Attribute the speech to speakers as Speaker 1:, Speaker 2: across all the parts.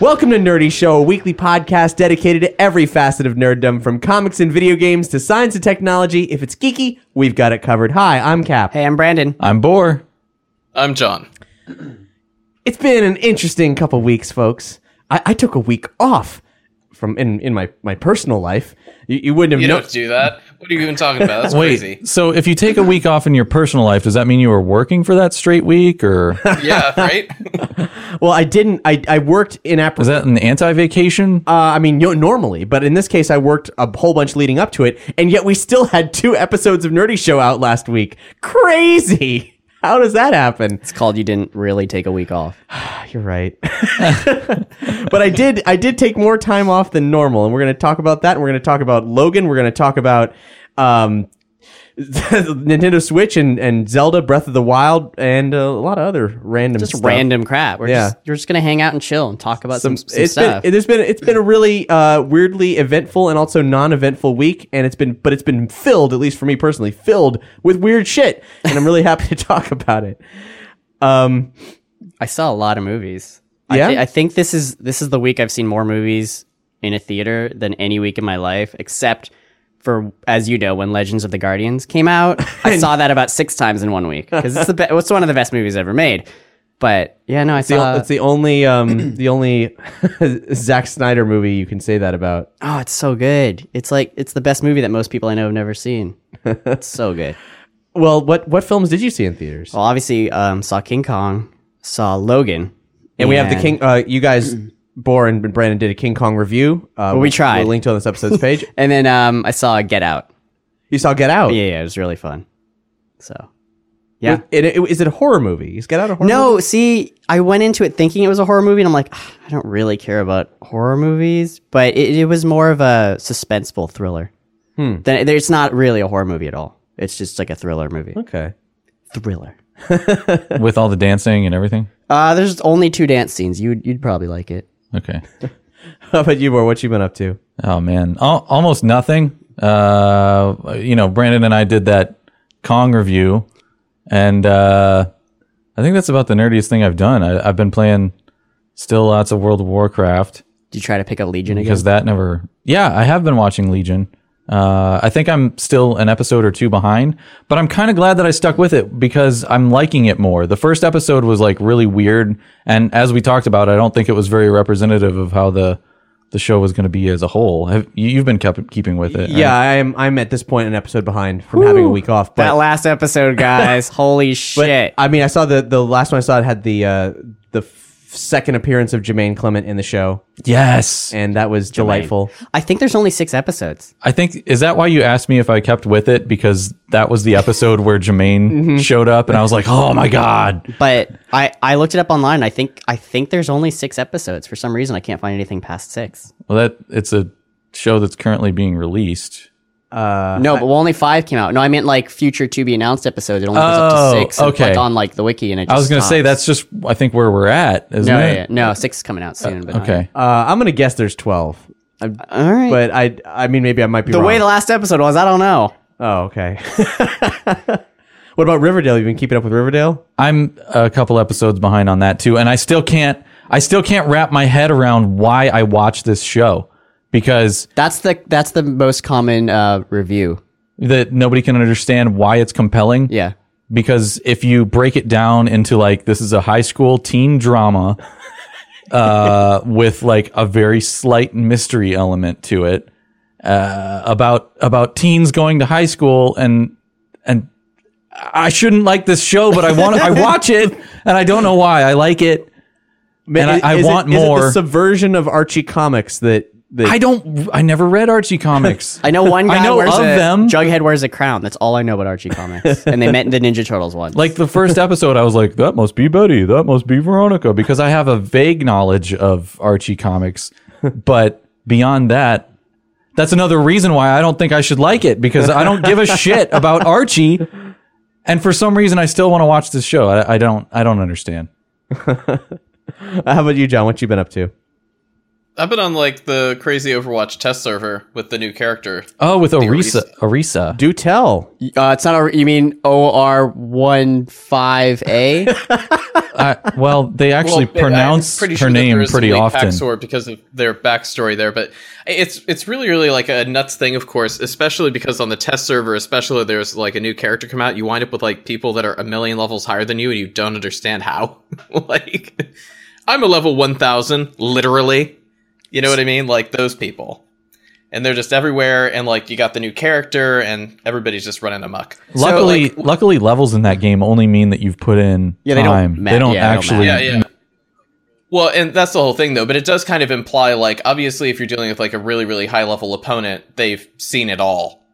Speaker 1: Welcome to Nerdy Show, a weekly podcast dedicated to every facet of nerddom, from comics and video games to science and technology. If it's geeky, we've got it covered. Hi, I'm Cap.
Speaker 2: Hey, I'm Brandon.
Speaker 3: I'm Boar.
Speaker 4: I'm John.
Speaker 1: It's been an interesting couple weeks, folks. I, I took a week off from in, in my, my personal life. You, you wouldn't have
Speaker 4: You
Speaker 1: known.
Speaker 4: don't do that. What are you even talking about? That's
Speaker 3: Wait,
Speaker 4: crazy.
Speaker 3: so if you take a week off in your personal life, does that mean you were working for that straight week, or
Speaker 4: Yeah, right?
Speaker 1: Well, I didn't. I, I worked in
Speaker 3: is
Speaker 1: apprehension.
Speaker 3: that an anti-vacation?
Speaker 1: Uh, I mean, you know, normally, but in this case, I worked a whole bunch leading up to it, and yet we still had two episodes of Nerdy Show out last week. Crazy! How does that happen?
Speaker 2: It's called You Didn't Really Take a Week Off.
Speaker 1: You're right. but I did I did take more time off than normal, and we're going to talk about that. And we're going to talk about Logan. We're going to talk about um, Nintendo Switch and, and Zelda Breath of the Wild and a lot of other random
Speaker 2: Just
Speaker 1: stuff.
Speaker 2: random crap. We're
Speaker 1: Yeah.
Speaker 2: just, you're just going to hang out and chill and talk about some, some,
Speaker 1: it's been,
Speaker 2: stuff.
Speaker 1: it- there's been it's been a really uh, weirdly eventful and also non-eventful week, and it's been but it's been filled, at least for me personally, filled with weird shit, and I'm really happy to talk about it. Um,
Speaker 2: I saw a lot of movies.
Speaker 1: Yeah?
Speaker 2: I, thi- I think this is this is the week I've seen more movies in a theater than any week in my life, except for as you know when Legends of the Guardians came out. I saw that about six times in one week because it's the be- it's one of the best movies ever made. But yeah, no, I
Speaker 1: the,
Speaker 2: saw.
Speaker 1: it's the only um, the only Zack Snyder movie you can say that about.
Speaker 2: oh, it's so good. It's like it's the best movie that most people I know have never seen. it's so good.
Speaker 1: Well, what what films did you see in theaters?
Speaker 2: Well, obviously, um, saw King Kong, saw Logan,
Speaker 1: and we have the King. Uh, you guys, Boren and Brandon did a King Kong review. Uh,
Speaker 2: we tried.
Speaker 1: We'll link to it on this episode's page.
Speaker 2: And then um, I saw Get Out.
Speaker 1: You saw Get Out.
Speaker 2: Yeah, yeah, it was really fun. So, yeah.
Speaker 1: It- it- is it a horror movie? Is Get Out a horror? movie?
Speaker 2: No, see, I went into it thinking it was a horror movie, and I'm like, "Ah, I don't really care about horror movies, but it, it was more of a suspenseful thriller. Hmm. Then it's not really a horror movie at all. It's just like a thriller movie.
Speaker 1: Okay.
Speaker 2: Thriller.
Speaker 3: With all the dancing and everything?
Speaker 2: Uh, there's only two dance scenes. You'd you'd probably like it.
Speaker 3: Okay.
Speaker 1: How about you, Boren? What you been up to?
Speaker 3: Oh man, Al- almost nothing. Uh, you know, Brandon and I did that Kong review, and uh, I think that's about the nerdiest thing I've done. I, I've been playing still lots of World of Warcraft.
Speaker 2: Did you try to pick up Legion again?
Speaker 3: because that never yeah i have been watching legion uh, i think i'm still an episode or two behind but i'm kind of glad that i stuck with it because i'm liking it more the first episode was like really weird and as we talked about i don't think it was very representative of how the the show was going to be as a whole have, you- you've been kept, keeping with it right?
Speaker 1: Yeah, I'm I'm at this point an episode behind from having a week off. But,
Speaker 2: that last episode, guys. holy shit!
Speaker 1: I mean, I saw the the last one I saw it had the uh, the f- second appearance of Jermaine Clement in the show,
Speaker 3: yes
Speaker 1: and that was delightful.
Speaker 2: I think there's only six episodes.
Speaker 3: i think is that why you asked me if i kept with it because that was the episode where jermaine
Speaker 1: Mm-hmm.
Speaker 3: showed up and i was like oh my god
Speaker 2: but I, I looked it up online. And I think I think there's only six episodes. For some reason, I can't find anything past six.
Speaker 3: well that it's a show that's currently being released Uh,
Speaker 2: no, but well, only five came out. No, I meant like future to be announced episodes. It only goes up to
Speaker 3: Oh,
Speaker 2: six. and it's,
Speaker 3: okay.
Speaker 2: like, on like the wiki, and it. Just
Speaker 3: I was gonna say
Speaker 2: stops.
Speaker 3: that's just I think where we're at, isn't
Speaker 2: no, yeah,
Speaker 3: it?
Speaker 2: yeah. no six is coming out soon. but not-
Speaker 3: Okay.
Speaker 1: Uh, I'm gonna guess there's twelve,
Speaker 2: all right.
Speaker 1: but I I mean maybe I might be
Speaker 2: the
Speaker 1: wrong.
Speaker 2: way the last episode was, I don't know.
Speaker 1: oh, okay. what about Riverdale? You been keeping up with Riverdale?
Speaker 3: I'm a couple episodes behind on that too, and I still can't I still can't wrap my head around why I watch this show. because
Speaker 2: That's the that's the most common uh, review.
Speaker 3: that nobody can understand why it's compelling.
Speaker 2: Yeah.
Speaker 3: Because if you break it down into like this is a high school teen drama uh, with like a very slight mystery element to it uh, about about teens going to high school and and I shouldn't like this show, but I want I watch it and I don't know why I like it. And I- I
Speaker 1: is it-
Speaker 3: want
Speaker 1: is it
Speaker 3: more.
Speaker 1: the subversion of Archie comics that that
Speaker 3: I don't. I never read Archie comics.
Speaker 2: I know one
Speaker 3: I
Speaker 2: guy
Speaker 3: know
Speaker 2: wears
Speaker 3: of
Speaker 2: a,
Speaker 3: them.
Speaker 2: Jughead wears a crown. That's all I know about Archie comics. and they met the Ninja Turtles one.
Speaker 3: like the first episode, I was like, that must be Betty. That must be Veronica. Because I have a vague knowledge of Archie comics. But beyond that, that's another reason why I don't think I should like it because I don't give a shit about Archie. And for some reason, I still want to watch this show. I, I don't. I don't understand.
Speaker 1: How about you, John? What you been up to?
Speaker 4: I've been on like the crazy Overwatch test server with the new character.
Speaker 3: Oh, with Arisa.
Speaker 4: Arisa-
Speaker 3: Arisa.
Speaker 1: Do tell.
Speaker 2: uh, it's not a, you mean OR15A?
Speaker 3: I, well, they actually
Speaker 4: Well,
Speaker 3: pronounce
Speaker 4: I'm pretty sure
Speaker 3: her
Speaker 4: that there
Speaker 3: name
Speaker 4: is
Speaker 3: pretty
Speaker 4: some leaked
Speaker 3: often.
Speaker 4: backstory because of their backstory there, but it's it's really really like a nuts thing, of course, especially because on the test server, especially there's like a new character come out, you wind up with like people that are a million levels higher than you, and you don't understand how. like, I'm a level one thousand, literally. You know what I mean? Like those people. And they're just everywhere, and like you got the new character, and everybody's just running amok.
Speaker 3: Luckily, luckily, levels in that game only mean that you've put in
Speaker 2: Yeah, they don't
Speaker 3: time.
Speaker 2: ma-
Speaker 3: they don't
Speaker 2: yeah, they don't
Speaker 3: actually
Speaker 4: yeah, yeah. Well, and that's the whole thing, though. But it does kind of imply, like, obviously, if you're dealing with like a really, really high level opponent, they've seen it all.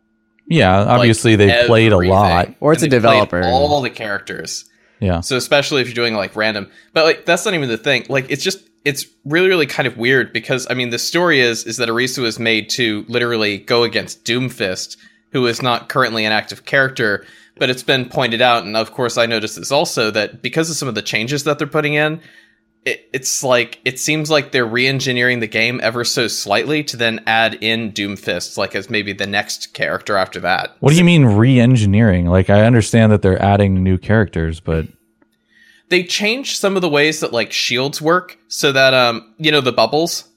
Speaker 3: Yeah,
Speaker 4: Like,
Speaker 3: obviously they've played a
Speaker 4: everything.
Speaker 3: lot.
Speaker 2: Or it's
Speaker 4: And
Speaker 2: a
Speaker 4: they've played
Speaker 2: developer.
Speaker 4: All the characters.
Speaker 3: Yeah.
Speaker 4: So especially if you're doing like random, but like that's not even the thing. Like it's just it's really really kind of weird because I mean the story is is that Arisu is made to literally go against Doomfist, who is not currently an active character, but it's been pointed out, and of course I noticed this also that because of some of the changes that they're putting in. It, it's like it seems like they're re-engineering the game ever so slightly to then add in Doomfist, like as maybe the next character after that.
Speaker 3: What do you mean re-engineering? Like I understand that they're adding new characters, but
Speaker 4: they changed some of the ways that like shields work so that um you know the bubbles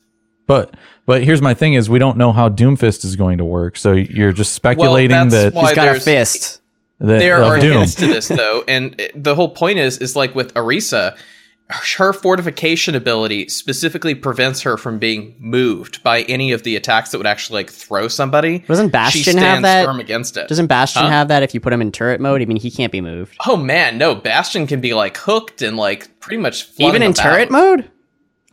Speaker 3: but but here's my thing is we don't know how Doomfist is going to work. So you're just speculating
Speaker 4: that's
Speaker 3: that,
Speaker 4: why
Speaker 2: He's got a
Speaker 4: there's-
Speaker 2: fist.
Speaker 3: that
Speaker 4: there
Speaker 3: of
Speaker 4: are
Speaker 3: Doom.
Speaker 4: hints to this though and it- the whole point is is like with arisa her fortification ability specifically prevents her from being moved by any of the attacks that would actually like throw somebody
Speaker 2: Doesn't
Speaker 4: she
Speaker 2: Bastion
Speaker 4: stands
Speaker 2: have that?
Speaker 4: firm against it
Speaker 2: Doesn't Bastion have that if you put him in turret mode? I mean, he can't be moved.
Speaker 4: oh man no bastion can be like hooked and like pretty much flung
Speaker 2: Even in
Speaker 4: about. Hmm.
Speaker 2: turret mode?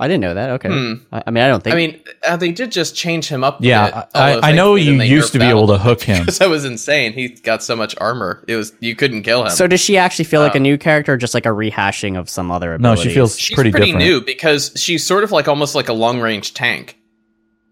Speaker 2: I didn't know that. Okay. I, I mean, I don't think.
Speaker 4: i mean uh, they did just change him up a bit,
Speaker 3: yeah,
Speaker 4: although
Speaker 3: I, I know
Speaker 4: thankfully then
Speaker 3: you
Speaker 4: they
Speaker 3: used to
Speaker 4: nerfed
Speaker 3: be
Speaker 4: that
Speaker 3: able
Speaker 4: a
Speaker 3: to hook him.
Speaker 4: because that was insane. He got so much armor. It was you couldn't kill him.
Speaker 2: so does she actually feel
Speaker 4: oh.
Speaker 2: like a new character or just like a rehashing of some other
Speaker 3: No,
Speaker 2: ability?
Speaker 3: she feels
Speaker 4: she's
Speaker 3: pretty,
Speaker 4: pretty,
Speaker 3: different.
Speaker 4: new because she's sort of like almost like a long range tank.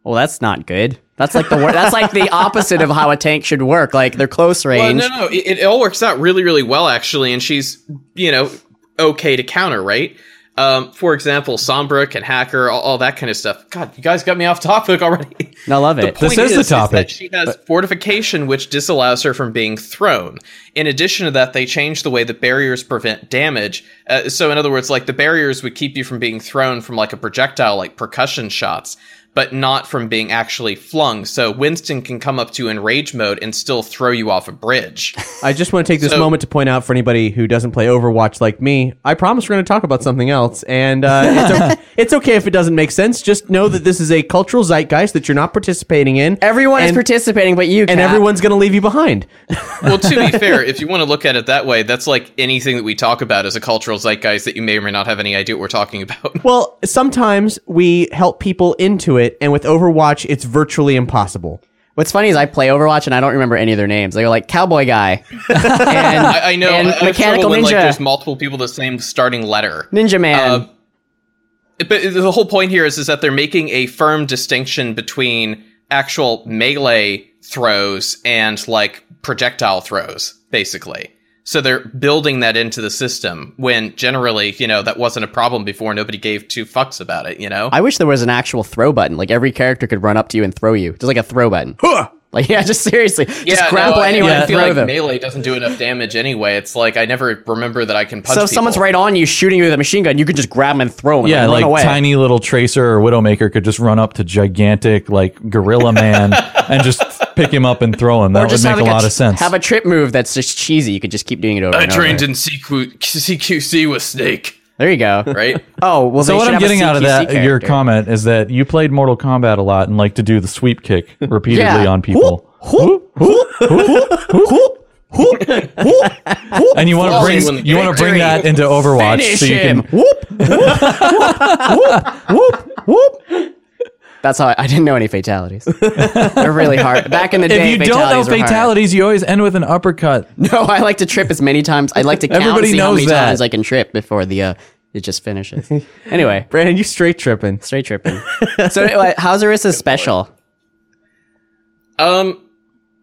Speaker 2: Well, that's not good. That's like the wor- that's like the opposite of how a tank should work. Like they're close
Speaker 4: Well,
Speaker 2: range.
Speaker 4: no, no, it, it all works out really, really well actually, and she's you know okay to counter right. Um, for example, Sombra can hacker, all, all that kind of stuff. God, you guys got me off topic already.
Speaker 2: And I love it.
Speaker 4: The point
Speaker 3: This is the topic.
Speaker 4: that she has fortification, which disallows her from being thrown. In addition to that, they changed the way the barriers prevent damage. Uh, so, in other words, like the barriers would keep you from being thrown from like a projectile, like percussion shots, but not from being actually flung. So, Winston can come up to enrage mode and still throw you off a bridge.
Speaker 1: I just want to take this
Speaker 4: So-
Speaker 1: moment to point out for anybody who doesn't play Overwatch like me. I promise we're going to talk about something else, and uh, it's, o- it's okay if it doesn't make sense. Just know that this is a cultural zeitgeist that you're not participating in.
Speaker 2: Everyone is
Speaker 1: and-
Speaker 2: participating, but you
Speaker 1: and
Speaker 2: Cap.
Speaker 1: everyone's going to leave you behind.
Speaker 4: well, to be fair, if you want to look at it that way, that's like anything that we talk about as a cultural zeitgeist that you may or may not have any idea what we're talking about.
Speaker 1: Well, sometimes we help people into it, and with Overwatch, it's virtually impossible.
Speaker 2: What's funny is I play Overwatch and I don't remember any of their names. They're like Cowboy Guy, and
Speaker 4: I, I know
Speaker 2: and
Speaker 4: I- I have
Speaker 2: Mechanical
Speaker 4: trouble when, like,
Speaker 2: Ninja,
Speaker 4: there's multiple people the same starting letter.
Speaker 2: Ninja Man.
Speaker 4: Um, but the whole point here is is that they're making a firm distinction between actual melee throws and like projectile throws basically so they're building that into the system when generally you know that wasn't a problem before nobody gave two fucks about it you know
Speaker 2: I wish there was an actual throw button. Like every character could run up to you and throw you, just like a throw button. Like, yeah, just seriously, just grapple
Speaker 4: no, I-
Speaker 2: anyone
Speaker 4: I
Speaker 2: and
Speaker 4: feel
Speaker 2: throw
Speaker 4: like
Speaker 2: them.
Speaker 4: melee doesn't do enough damage anyway. It's like I never remember that I can punch.
Speaker 2: So if someone's
Speaker 4: people.
Speaker 2: right on you, shooting you with a machine gun, you can just grab them and throw them.
Speaker 3: Yeah,
Speaker 2: and run
Speaker 3: like
Speaker 2: away.
Speaker 3: tiny little tracer or widowmaker could just run up to gigantic like gorilla man and just pick him up and throw him. That would make
Speaker 2: have
Speaker 3: a
Speaker 2: like
Speaker 3: lot
Speaker 2: tr-
Speaker 3: of sense.
Speaker 2: Have a trip move that's just cheesy. You could just keep doing it over.
Speaker 4: I
Speaker 2: and
Speaker 4: trained
Speaker 2: over.
Speaker 4: in CQ, CQC with Snake,
Speaker 2: There you go.
Speaker 4: right?
Speaker 2: Oh well.
Speaker 3: so
Speaker 2: they
Speaker 3: what I'm
Speaker 2: should have a
Speaker 3: getting out of
Speaker 2: CQC
Speaker 3: that your
Speaker 2: character.
Speaker 3: comment is that you played Mortal Kombat a lot and like to do the sweep kick repeatedly
Speaker 2: Yeah.
Speaker 3: on people. And you want to
Speaker 4: Flawless
Speaker 3: bring
Speaker 4: when
Speaker 3: you want to bring
Speaker 4: victory.
Speaker 3: that into Overwatch
Speaker 2: Finish
Speaker 3: so you
Speaker 2: him.
Speaker 3: can
Speaker 2: Whoop, whoop, whoop, whoop, whoop. That's how I, I didn't know any fatalities. They're really hard. Back in the
Speaker 3: If
Speaker 2: day,
Speaker 3: you don't know
Speaker 2: fatalities were hard.
Speaker 3: fatalities, you always end with an uppercut.
Speaker 2: No, I like to trip as many times. I like to count
Speaker 3: Everybody
Speaker 2: and see how
Speaker 3: knows
Speaker 2: many
Speaker 3: that.
Speaker 2: times I can trip before the uh, it just finishes. anyway,
Speaker 1: Brandon, you straight tripping.
Speaker 2: straight tripping. so uh, how's Arissa special?
Speaker 4: Um,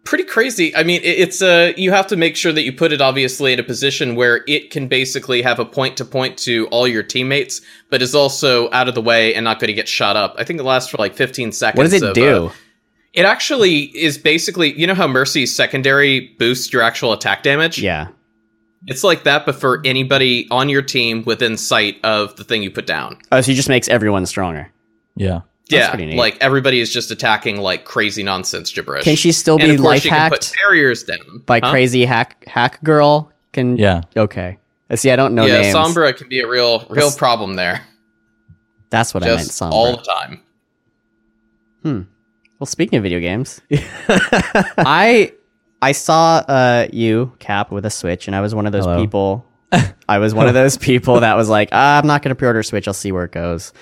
Speaker 4: pretty crazy. I mean, it, it's uh, you have to make sure that you put it obviously in a position where it can basically have a point to point to all your teammates, but is also out of the way and not going to get shot up. I think it lasts for like 15 seconds.
Speaker 2: What does it
Speaker 4: of,
Speaker 2: do?
Speaker 4: uh, it actually is basically, you know how Mercy's secondary boosts your actual attack damage?
Speaker 2: yeah.
Speaker 4: It's like that, but for anybody on your team within sight of the thing you put down.
Speaker 2: Oh, so he just makes everyone stronger.
Speaker 3: Yeah.
Speaker 4: Yeah,
Speaker 2: pretty neat.
Speaker 4: like everybody is just attacking like crazy nonsense gibberish.
Speaker 2: Can she still
Speaker 4: and
Speaker 2: be
Speaker 4: of course
Speaker 2: life
Speaker 4: she Can put
Speaker 2: hacked
Speaker 4: barriers down
Speaker 2: by
Speaker 4: Huh?
Speaker 2: crazy hack hack girl? Can
Speaker 3: Yeah.
Speaker 2: Okay. Uh, See, I don't know
Speaker 4: yeah,
Speaker 2: names.
Speaker 4: Sombra can be a real, real problem there.
Speaker 2: That's what I meant.
Speaker 4: Just
Speaker 2: Sombra.
Speaker 4: all the time.
Speaker 2: Well, speaking of video games, I I saw uh, you Cap with a Switch, and I was one of those people. I was one of those people that was like, ah, I'm not going to pre-order a Switch. I'll see where it goes.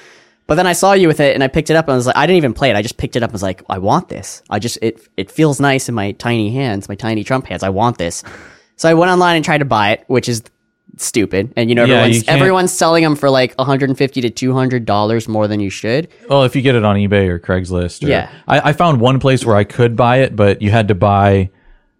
Speaker 2: But then I saw you with it, and I picked it up, and I was like, I didn't even play it. I just picked it up, and was like, I want this. I just it it feels nice in my tiny hands, my tiny Trump hands. I want this. So I went online and tried to buy it, which is stupid. And you know,
Speaker 3: Yeah, you
Speaker 2: everyone's
Speaker 3: can't-
Speaker 2: everyone's selling them for like 150 to 200 dollars more than you should.
Speaker 3: Well, if you get it on eBay or Craigslist, or,
Speaker 2: Yeah.
Speaker 3: I, I found one place where I could buy it, but you had to buy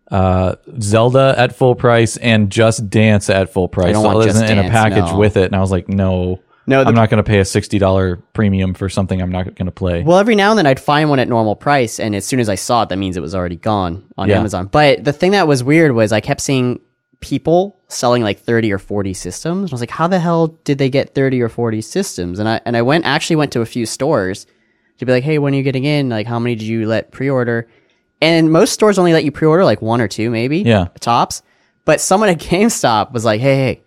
Speaker 3: uh, Zelda at full price and Just Dance at full price.
Speaker 2: I don't
Speaker 3: So
Speaker 2: want
Speaker 3: it
Speaker 2: Just
Speaker 3: wasn't in a
Speaker 2: Dance,
Speaker 3: package
Speaker 2: no.
Speaker 3: with it, and I was like, no,
Speaker 2: No, the-
Speaker 3: I'm not going to pay a sixty dollar premium for something I'm not going to play.
Speaker 2: Well, every now and then I'd find one at normal price, and as soon as I saw it, that means it was already gone on
Speaker 3: Yeah.
Speaker 2: Amazon. But the thing that was weird was I kept seeing people selling like 30 or 40 systems. I was like, how the hell did they get 30 or 40 systems? And I and I went actually went to a few stores to be like, hey, when are you getting in? Like, how many did you let pre-order? And most stores only let you pre-order like one or two, maybe.
Speaker 3: Yeah.
Speaker 2: Tops. But someone at GameStop was like, hey, hey,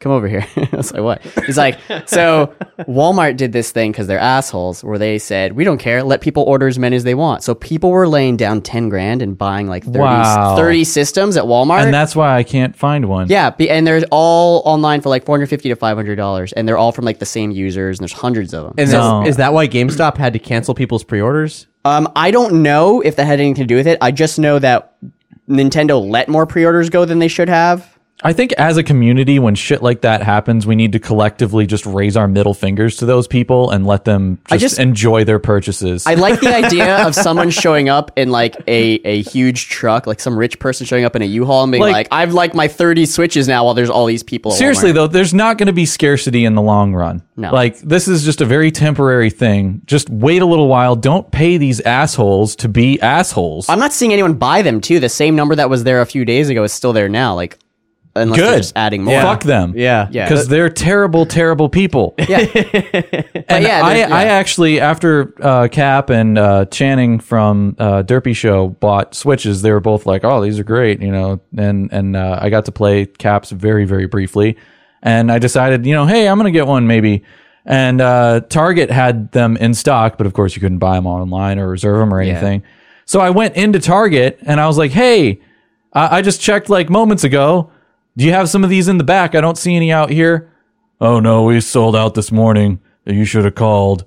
Speaker 2: come over here. I was like, what? He's like, so Walmart did this thing because they're assholes where they said, we don't care. Let people order as many as they want. So people were laying down 10 grand and buying like 30,
Speaker 3: Wow.
Speaker 2: 30 systems at Walmart.
Speaker 3: and that's why I can't find one.
Speaker 2: yeah, be- and they're all online for like 450 to $500. And they're all from like the same users and there's hundreds of them.
Speaker 1: And
Speaker 3: No.
Speaker 1: is, is that why GameStop had to cancel people's pre-orders?
Speaker 2: Um, I don't know if that had anything to do with it. I just know that Nintendo let more pre-orders go than they should have.
Speaker 3: I think as a community, when shit like that happens, we need to collectively just raise our middle fingers to those people and let them just,
Speaker 2: just-
Speaker 3: enjoy their purchases.
Speaker 2: I like the idea of someone showing up in like a, a huge truck, like some rich person showing up in a U-Haul and being
Speaker 3: Like-
Speaker 2: like, "I've like my thirty switches now," while there's all these people. at
Speaker 3: Seriously
Speaker 2: Walmart."
Speaker 3: though, there's not going to be scarcity in the long run.
Speaker 2: Oh No.
Speaker 3: Like this is just a very temporary thing. Just wait a little while. Don't pay these assholes to be assholes.
Speaker 2: I'm not seeing anyone buy them too. The same number that was there a few days ago is still there now. Like, unless they're
Speaker 3: Good.
Speaker 2: just adding more.
Speaker 3: Fuck them.
Speaker 1: Yeah.
Speaker 2: Yeah.
Speaker 3: Because they're terrible, terrible people. Yeah. and
Speaker 2: yeah,
Speaker 3: I,
Speaker 2: there's-
Speaker 3: I
Speaker 2: yeah.
Speaker 3: actually, after uh, Cap and uh, Channing from uh, Derpy Show bought Switches, they were both like, oh, these are great, you know. And, and uh, I got to play Caps very, very briefly. And I decided, you know, hey, I'm going to get one maybe. And uh, Target had them in stock, but of course you couldn't buy them online or reserve them or anything. So I went into Target and I was like, hey, I, I just checked like moments ago. Do you have some of these in the back? I don't see any out here. Oh no, we sold out this morning. You should have called.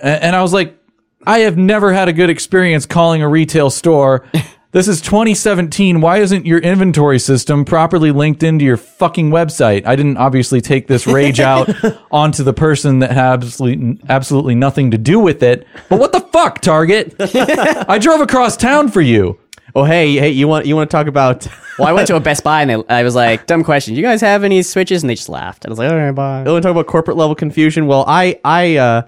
Speaker 3: A- And I was like, I have never had a good experience calling a retail store. This is 2017. Why isn't your inventory system properly linked into your fucking website? I didn't obviously take this rage out onto the person that had absolutely, absolutely nothing to do with it. But what the fuck, Target? I drove across town for you.
Speaker 1: Oh, hey, hey, you want you want to talk about?
Speaker 2: well, I went to a Best Buy and they, I was like, "Dumb question. You guys have any switches?" And they just laughed. I was like, "All right, bye."
Speaker 1: you want to talk about corporate level confusion? Well, I I uh,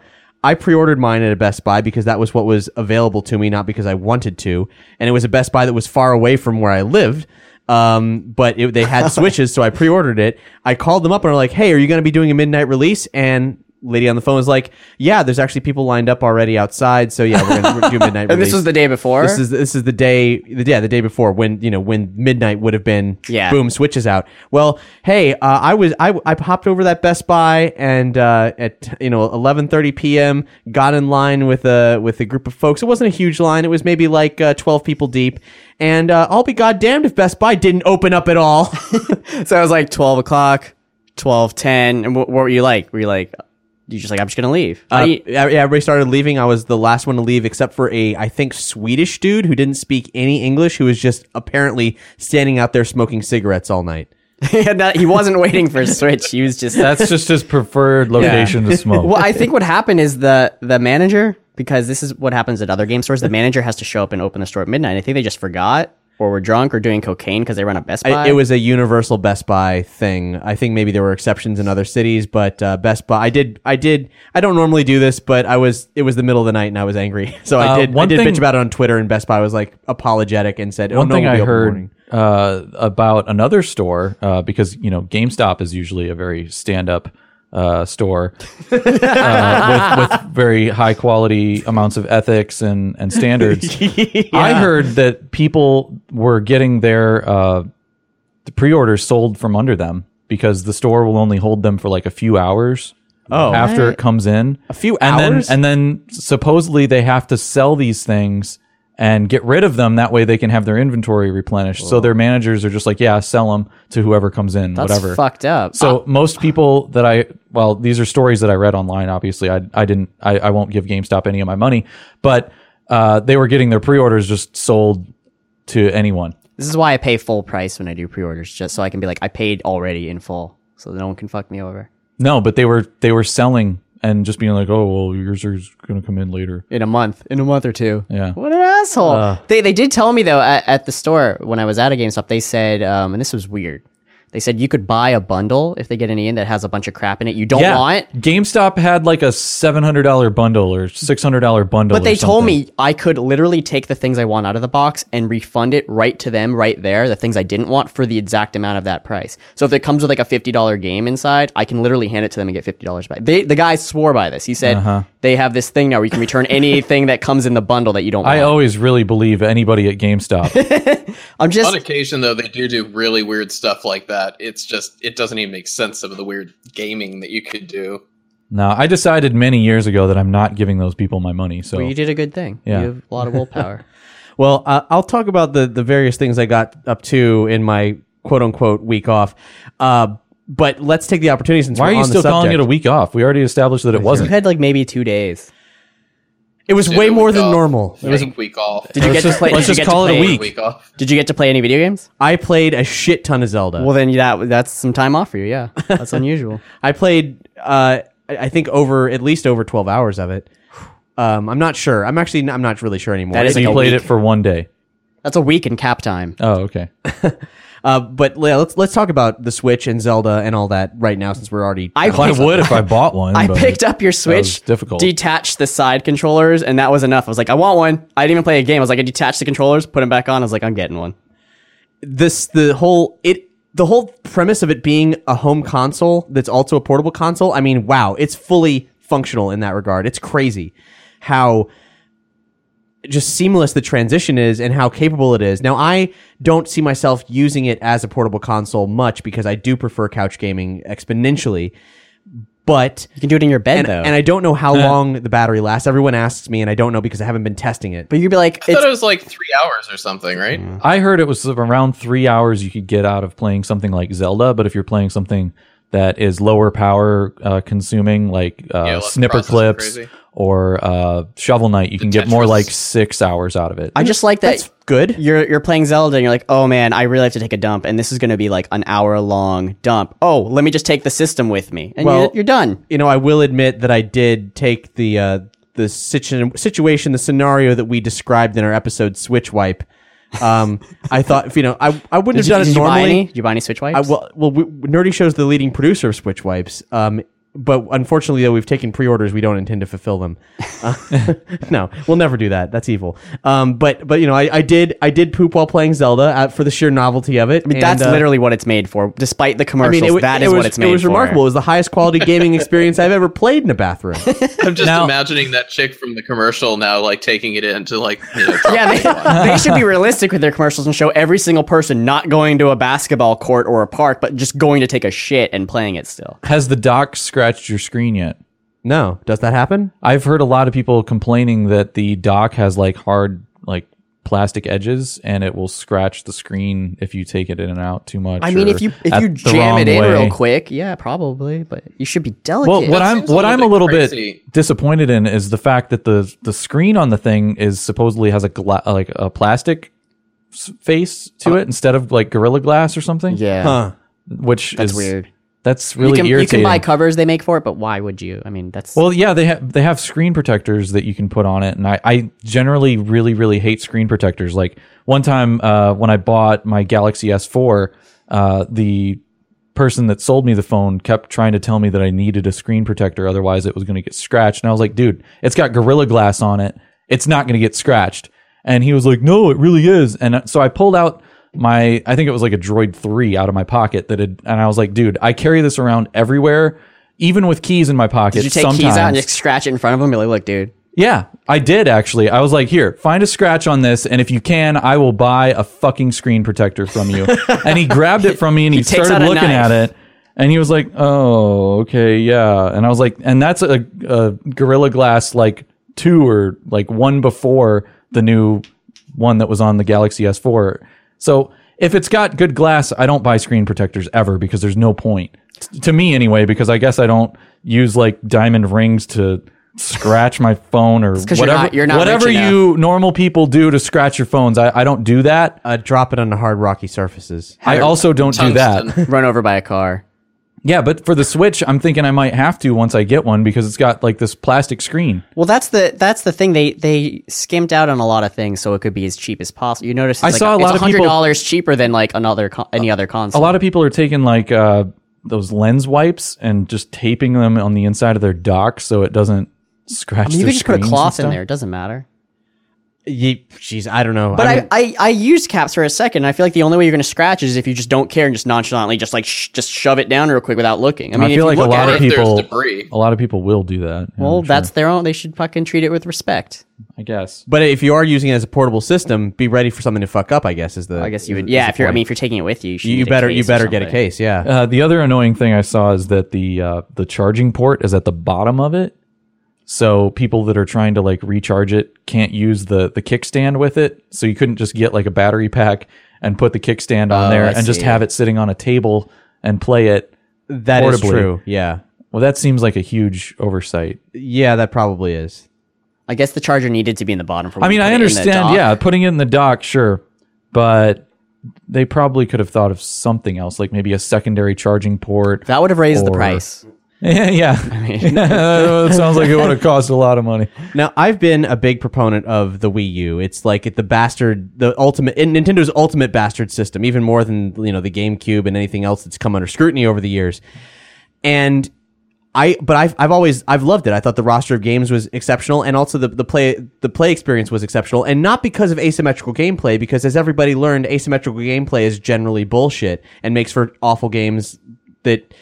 Speaker 1: I pre-ordered mine at a Best Buy because that was what was available to me, not because I wanted to. And it was a Best Buy that was far away from where I lived. Um, but it, they had switches, so I pre-ordered it. I called them up and I'm like, "Hey, are you going to be doing a midnight release?" And lady on the phone was like, "Yeah, there's actually people lined up already outside, so yeah, we're going to do midnight."
Speaker 2: And this
Speaker 1: release."
Speaker 2: was the day before?
Speaker 1: This is this is the day the yeah the day before when you know when midnight would have been
Speaker 2: Yeah.
Speaker 1: boom switches out well hey uh, i was I, I hopped over that best buy and uh, at you know 11:30 p.m. got in line with a with a group of folks it wasn't a huge line it was maybe like uh, 12 people deep and uh, I'll be goddamned if Best Buy didn't open up at all.
Speaker 2: So I was like 12 o'clock, 12, 10. And wh- what were you like? Were you like, you just like, I'm just going to leave? How
Speaker 1: Uh,
Speaker 2: do
Speaker 1: yeah,
Speaker 2: you-
Speaker 1: yeah, everybody started leaving. I was the last one to leave, except for a, I think, Swedish dude who didn't speak any English, who was just apparently standing out there smoking cigarettes all night.
Speaker 2: he, had not- he wasn't waiting for a switch. He was just.
Speaker 3: That's just his preferred location to
Speaker 1: Oh.
Speaker 3: smoke.
Speaker 2: Well, I think what happened is the the manager, because this is what happens at other game stores, the manager has to show up and open the store at midnight. I think they just forgot or were drunk or doing cocaine because they run a Best Buy.
Speaker 1: I, it was a universal Best Buy thing. I think maybe there were exceptions in other cities, but uh, Best Buy. I did. I did. I don't normally do this, but I was. It was the middle of the night, and I was angry, so I
Speaker 3: Uh,
Speaker 1: did. I
Speaker 3: one
Speaker 1: did
Speaker 3: thing-
Speaker 1: bitch about it on Twitter, and Best Buy was like apologetic and said, "Oh
Speaker 3: One
Speaker 1: no,
Speaker 3: thing
Speaker 1: we'll be
Speaker 3: I
Speaker 1: open
Speaker 3: heard
Speaker 1: morning."
Speaker 3: uh, about another store uh, because you know GameStop is usually a very stand-up uh, store uh, with, with very high quality amounts of ethics and and standards. I heard that people were getting their uh, the pre-orders sold from under them because the store will only hold them for like a few hours.
Speaker 1: Oh.
Speaker 3: after it comes in, a
Speaker 1: few
Speaker 3: and
Speaker 1: hours?
Speaker 3: then and then supposedly they have to sell these things and get rid of them. That way they can have their inventory replenished. So their managers are just like, yeah, sell them to whoever comes in,
Speaker 2: That's
Speaker 3: whatever.
Speaker 2: fucked up.
Speaker 3: So most people that I well, these are stories that I read online. Obviously, I I didn't I, I won't give GameStop any of my money, but uh, they were getting their pre-orders just sold to anyone.
Speaker 2: This is why I pay full price when I do pre-orders, just so I can be like, I paid already in full, so that no one can fuck me over.
Speaker 3: No, but they were they were selling and just being like, oh well, yours are going to come in later.
Speaker 2: In a month, in a month or two.
Speaker 3: Yeah.
Speaker 2: What an asshole.
Speaker 1: Uh.
Speaker 2: they they did tell me though at, at the store when I was at a GameStop, they said, um, and this was weird. They said you could buy a bundle if they get any in that has a bunch of crap in it you don't want.
Speaker 3: GameStop had like a seven hundred dollar bundle or six hundred dollar bundle.
Speaker 2: But
Speaker 3: or
Speaker 2: they told
Speaker 3: something.
Speaker 2: me I could literally take the things I want out of the box and refund it right to them right there, the things I didn't want for the exact amount of that price. So if it comes with like a $50 game inside, I can literally hand it to them and get $50 back. They, the guy swore by this. He said,
Speaker 3: Uh-huh.
Speaker 2: they have this thing now where you can return anything that comes in the bundle that you don't want.
Speaker 3: I always really believe anybody at GameStop.
Speaker 2: I'm
Speaker 4: On
Speaker 2: just,
Speaker 4: occasion, though, they do do really weird stuff like that. It's just it doesn't even make sense some of the weird gaming that you could do.
Speaker 3: no, I decided many years ago that I'm not giving those people my money. So
Speaker 2: well, you did a good thing.
Speaker 3: Yeah.
Speaker 2: You have a lot of willpower.
Speaker 1: Well, uh, I'll talk about the the various things I got up to in my quote unquote week off. Uh, but let's take the opportunity since
Speaker 3: why are
Speaker 1: we're
Speaker 3: you
Speaker 1: on the
Speaker 3: still calling it
Speaker 1: subject.
Speaker 3: a week off? We already established that it
Speaker 2: you
Speaker 3: wasn't.
Speaker 2: had like maybe two days.
Speaker 1: It was
Speaker 4: Did
Speaker 1: way
Speaker 4: a
Speaker 1: more
Speaker 4: week
Speaker 1: than
Speaker 4: off.
Speaker 1: normal. It was,
Speaker 4: Take week off.
Speaker 2: Did you get to play?
Speaker 3: let's
Speaker 2: did you
Speaker 3: just
Speaker 2: get to
Speaker 3: call it a
Speaker 2: play-
Speaker 3: week.
Speaker 4: week off?
Speaker 2: Did you get to play any video games?
Speaker 1: I played a shit ton of Zelda.
Speaker 2: Well, then that that's some time off for you. Yeah, that's unusual.
Speaker 1: I played, uh, I I think over at least over twelve hours of it. Um, I'm not sure. I'm actually I'm not really sure anymore.
Speaker 2: That is
Speaker 3: So
Speaker 2: like
Speaker 3: you
Speaker 2: a
Speaker 3: played
Speaker 2: week.
Speaker 3: it for one day.
Speaker 2: That's a week in cap time.
Speaker 3: Oh, okay.
Speaker 1: uh, but le- let's let's talk about the Switch and Zelda and all that right now since we're already.
Speaker 2: I
Speaker 3: Well, I
Speaker 2: picked-
Speaker 3: would if I bought one.
Speaker 2: I
Speaker 3: but-
Speaker 2: picked up your Switch,
Speaker 3: was difficult.
Speaker 2: detached the side controllers, and that was enough. I was like, I want one. I didn't even play a game. I was like, I detached the controllers, put them back on. I was like, I'm getting one.
Speaker 1: this the whole it the whole premise of it being a home console that's also a portable console. I mean, wow, it's fully functional in that regard. It's crazy how just seamless the transition is and how capable it is. Now, I don't see myself using it as a portable console much because I do prefer couch gaming exponentially. But
Speaker 2: You can do it in your bed
Speaker 1: and,
Speaker 2: though.
Speaker 1: and I don't know how long the battery lasts. Everyone asks me, and I don't know because I haven't been testing it.
Speaker 2: but you'd be like,
Speaker 4: I
Speaker 2: it's,
Speaker 4: thought it was like three hours or something, right?
Speaker 1: Mm.
Speaker 3: I heard it was around three hours you could get out of playing something like Zelda, but if you're playing something that is lower power uh, consuming, like uh,
Speaker 4: Yeah, less
Speaker 3: snipper
Speaker 4: processing
Speaker 3: clips
Speaker 4: crazy.
Speaker 3: or uh, Shovel Knight, you can get more
Speaker 4: Tetris.
Speaker 3: like six hours out of it.
Speaker 2: I just like that.
Speaker 1: That's good.
Speaker 2: You're you're playing Zelda, and you're like, oh man, I really have to take a dump, and this is going to be like an hour long dump. Oh, let me just take the system with me, and
Speaker 1: Well-
Speaker 2: you're, you're done.
Speaker 1: you know, I will admit that I did take the uh, the situ- situation, the scenario that we described in our episode Switch Wipe. Um, I thought, you know, I, I wouldn't
Speaker 2: Did,
Speaker 1: have done
Speaker 2: you, did
Speaker 1: it
Speaker 2: you buy
Speaker 1: normally.
Speaker 2: any? Did you buy any Switch wipes?
Speaker 1: I, well, well, we, Nerdy Show's the leading producer of Switch Wipes. Um, but unfortunately, though, we've taken pre-orders. We don't intend to fulfill them. Uh, no, we'll never do that. That's evil. Um, but but you know, I, I did I did poop while playing Zelda uh, for the sheer novelty of it.
Speaker 2: I mean, that's
Speaker 1: and, uh,
Speaker 2: literally what it's made for. Despite the commercials,
Speaker 1: wa-
Speaker 2: that is
Speaker 1: was,
Speaker 2: what it's made for.
Speaker 1: It was remarkable. It was the highest quality gaming experience I've ever played in a bathroom.
Speaker 4: I'm just
Speaker 3: Now-
Speaker 4: imagining that chick from the commercial now, like taking it into like. You know,
Speaker 2: Yeah, they, they should be realistic with their commercials and show every single person not going to a basketball court or a park, but just going to take a shit and playing it still.
Speaker 3: Has the dock scratched your screen yet?
Speaker 1: no, does that happen?
Speaker 3: I've heard a lot of people complaining that the dock has like hard like plastic edges and it will scratch the screen if you take it in and out too much.
Speaker 2: I mean,
Speaker 3: or
Speaker 2: if you if
Speaker 3: at
Speaker 2: you
Speaker 3: the
Speaker 2: jam
Speaker 3: wrong
Speaker 2: it in
Speaker 3: way.
Speaker 2: real quick, yeah, probably, but you should be delicate.
Speaker 3: Well, what
Speaker 4: That
Speaker 3: I'm
Speaker 4: seems a
Speaker 3: what
Speaker 4: little
Speaker 3: I'm a
Speaker 4: bit
Speaker 3: little
Speaker 4: crazy.
Speaker 3: bit disappointed in is the fact that the the screen on the thing is supposedly has a gla- like a plastic s- face to it instead of like gorilla glass or something.
Speaker 2: Oh. yeah,
Speaker 3: which
Speaker 2: that's
Speaker 3: is
Speaker 2: weird.
Speaker 3: That's
Speaker 2: You
Speaker 3: really
Speaker 2: can, you
Speaker 3: irritating.
Speaker 2: can buy covers they make for it, but why would you? I mean, that's
Speaker 3: Well, yeah, they have they have screen protectors that you can put on it, and I, I generally really really hate screen protectors. Like one time uh, when I bought my Galaxy S4, uh, the person that sold me the phone kept trying to tell me that I needed a screen protector, otherwise it was going to get scratched. And I was like, dude, it's got Gorilla Glass on it, it's not going to get scratched. And he was like, no, it really is. And uh, so I pulled out my I think it was like a Droid 3 out of my pocket that had, and I was like, dude, I carry this around everywhere. Even with keys in my pocket,
Speaker 2: did you take
Speaker 3: sometimes.
Speaker 2: keys out and just scratch it in front of them? Be like, look, dude,
Speaker 3: Yeah, I did actually. I was like, here, find a scratch on this, and if you can, I will buy a fucking screen protector from you. and he grabbed it from me and he,
Speaker 2: takes out
Speaker 3: started
Speaker 2: a
Speaker 3: looking
Speaker 2: knife.
Speaker 3: at it. And he was like, oh, okay, yeah. And I was like, and that's a, a Gorilla Glass like two or like one before the new one that was on the Galaxy S4. So if it's got good glass, I don't buy screen protectors ever because there's no point T- to me anyway. Because I guess I don't use like diamond rings to scratch my phone or
Speaker 2: 'cause
Speaker 3: whatever.
Speaker 2: you're not- you're not
Speaker 3: whatever
Speaker 2: rich
Speaker 3: you normal people do to scratch your phones, I, I don't do that.
Speaker 1: Uh, drop it on the hard rocky surfaces.
Speaker 3: I also don't do that.
Speaker 4: tungsten.
Speaker 2: run over by a car.
Speaker 3: Yeah, but for the Switch, I'm thinking I might have to once I get one because it's got like this plastic screen.
Speaker 2: Well, that's the that's the thing they they skimped out on a lot of things, so it could be as cheap as possible. You notice it's
Speaker 3: I
Speaker 2: like
Speaker 3: saw a
Speaker 2: it's
Speaker 3: lot of people-
Speaker 2: hundred dollars cheaper than like another con- any other
Speaker 3: A
Speaker 2: console.
Speaker 3: lot of people are taking like uh, those lens wipes and just taping them on the inside of their dock so it doesn't scratch.
Speaker 2: you
Speaker 3: their
Speaker 2: could just put a
Speaker 3: screens and
Speaker 2: cloth in
Speaker 3: stuff.
Speaker 2: there; it doesn't matter.
Speaker 1: Ye- Jeez, I don't know.
Speaker 2: But
Speaker 1: I
Speaker 2: I,
Speaker 1: mean,
Speaker 2: I, I, used caps for a second. And I feel like the only way you're going to scratch is if you just don't care and just nonchalantly just like sh- just shove it down real quick without looking. I mean,
Speaker 3: I
Speaker 2: if
Speaker 3: feel
Speaker 2: you
Speaker 3: like a
Speaker 2: look
Speaker 3: lot
Speaker 2: at
Speaker 3: of
Speaker 2: it,
Speaker 4: if there's
Speaker 3: people,
Speaker 4: debris.
Speaker 3: a lot of people will do that. Yeah,
Speaker 2: well,
Speaker 3: sure.
Speaker 2: that's their own. They should fucking treat it with respect.
Speaker 3: I guess.
Speaker 1: but if you are using it as a portable system, be ready for something to fuck up. I guess is the.
Speaker 2: I guess you
Speaker 1: is-
Speaker 2: would.
Speaker 1: is
Speaker 2: Yeah,
Speaker 1: the
Speaker 2: if you're. I
Speaker 1: point.
Speaker 2: mean, if you're taking it with you, you, should
Speaker 1: you,
Speaker 2: need a
Speaker 1: better you
Speaker 2: case or
Speaker 1: better get a
Speaker 2: something.
Speaker 1: case. Yeah.
Speaker 3: Uh, the other annoying thing I saw is that the uh, the charging port is at the bottom of it, so people that are trying to like recharge it can't use the the kickstand with it. So you couldn't just get like a battery pack and put the kickstand on there
Speaker 2: Oh, I
Speaker 3: and just
Speaker 2: see.
Speaker 3: have it sitting on a table and play it.
Speaker 1: that is
Speaker 3: portably.
Speaker 1: true. Yeah.
Speaker 3: Well, that seems like a huge oversight.
Speaker 1: Yeah, that probably is.
Speaker 2: I guess the charger needed to be in the bottom. For when
Speaker 3: I mean,
Speaker 2: you put
Speaker 3: I
Speaker 2: it in the
Speaker 3: understand,
Speaker 2: dock.
Speaker 3: yeah, putting it in the dock, sure, but they probably could have thought of something else, like maybe a secondary charging port.
Speaker 2: that would have raised the
Speaker 3: Or-
Speaker 2: price.
Speaker 3: yeah, yeah. it sounds like it would have cost a lot of money.
Speaker 1: Now, I've been a big proponent of the Wii U. It's like it- the bastard, the ultimate in- Nintendo's ultimate bastard system, even more than you know the GameCube and anything else that's come under scrutiny over the years. And I, but I've, I've always I've loved it. I thought the roster of games was exceptional, and also the, the play the play experience was exceptional, and not because of asymmetrical gameplay. Because as everybody learned, asymmetrical gameplay is generally bullshit and makes for awful games that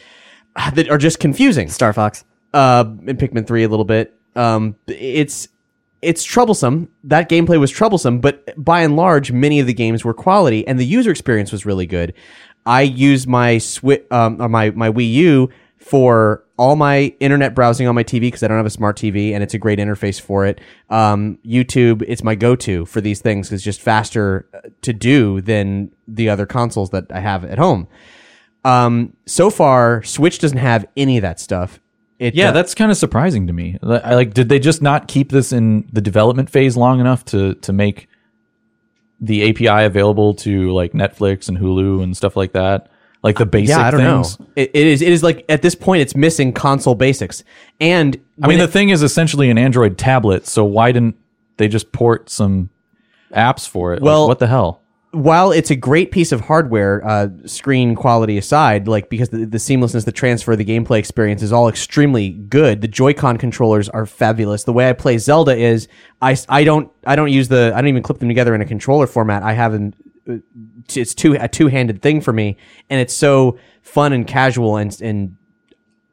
Speaker 1: that are just confusing
Speaker 2: Star Fox.
Speaker 1: uh, in Pikmin three a little bit. Um, it's it's troublesome. That gameplay was troublesome, but by and large, many of the games were quality, and the user experience was really good. I use my Swi- um, or my my Wii U for all my internet browsing on my TV because I don't have a smart TV, and it's a great interface for it. Um, YouTube, it's my go-to for these things. It's just faster uh, to do than the other consoles that I have at home. Um, so far, Switch doesn't have any of that stuff. It,
Speaker 3: Yeah,
Speaker 1: uh,
Speaker 3: that's kind of surprising to me. Li- I like did they just not keep this in the development phase long enough to to make the API available to like Netflix and Hulu and stuff like that? Like the basic
Speaker 1: yeah, I don't
Speaker 3: things.
Speaker 1: know. It, it is. It is like at this point, it's missing console basics. And
Speaker 3: I mean, the thing is essentially an Android tablet, so why didn't they just port some apps for it? Like,
Speaker 1: Well-
Speaker 3: what the hell?
Speaker 1: while it's a great piece of hardware, uh, screen quality aside, like because the, the seamlessness, the transfer, the gameplay experience is all extremely good. The Joy-Con controllers are fabulous. The way I play Zelda is I, s- I don't I don't use the I don't even clip them together in a controller format. I have them uh, t- it's two a two-handed thing for me, and it's so fun and casual and and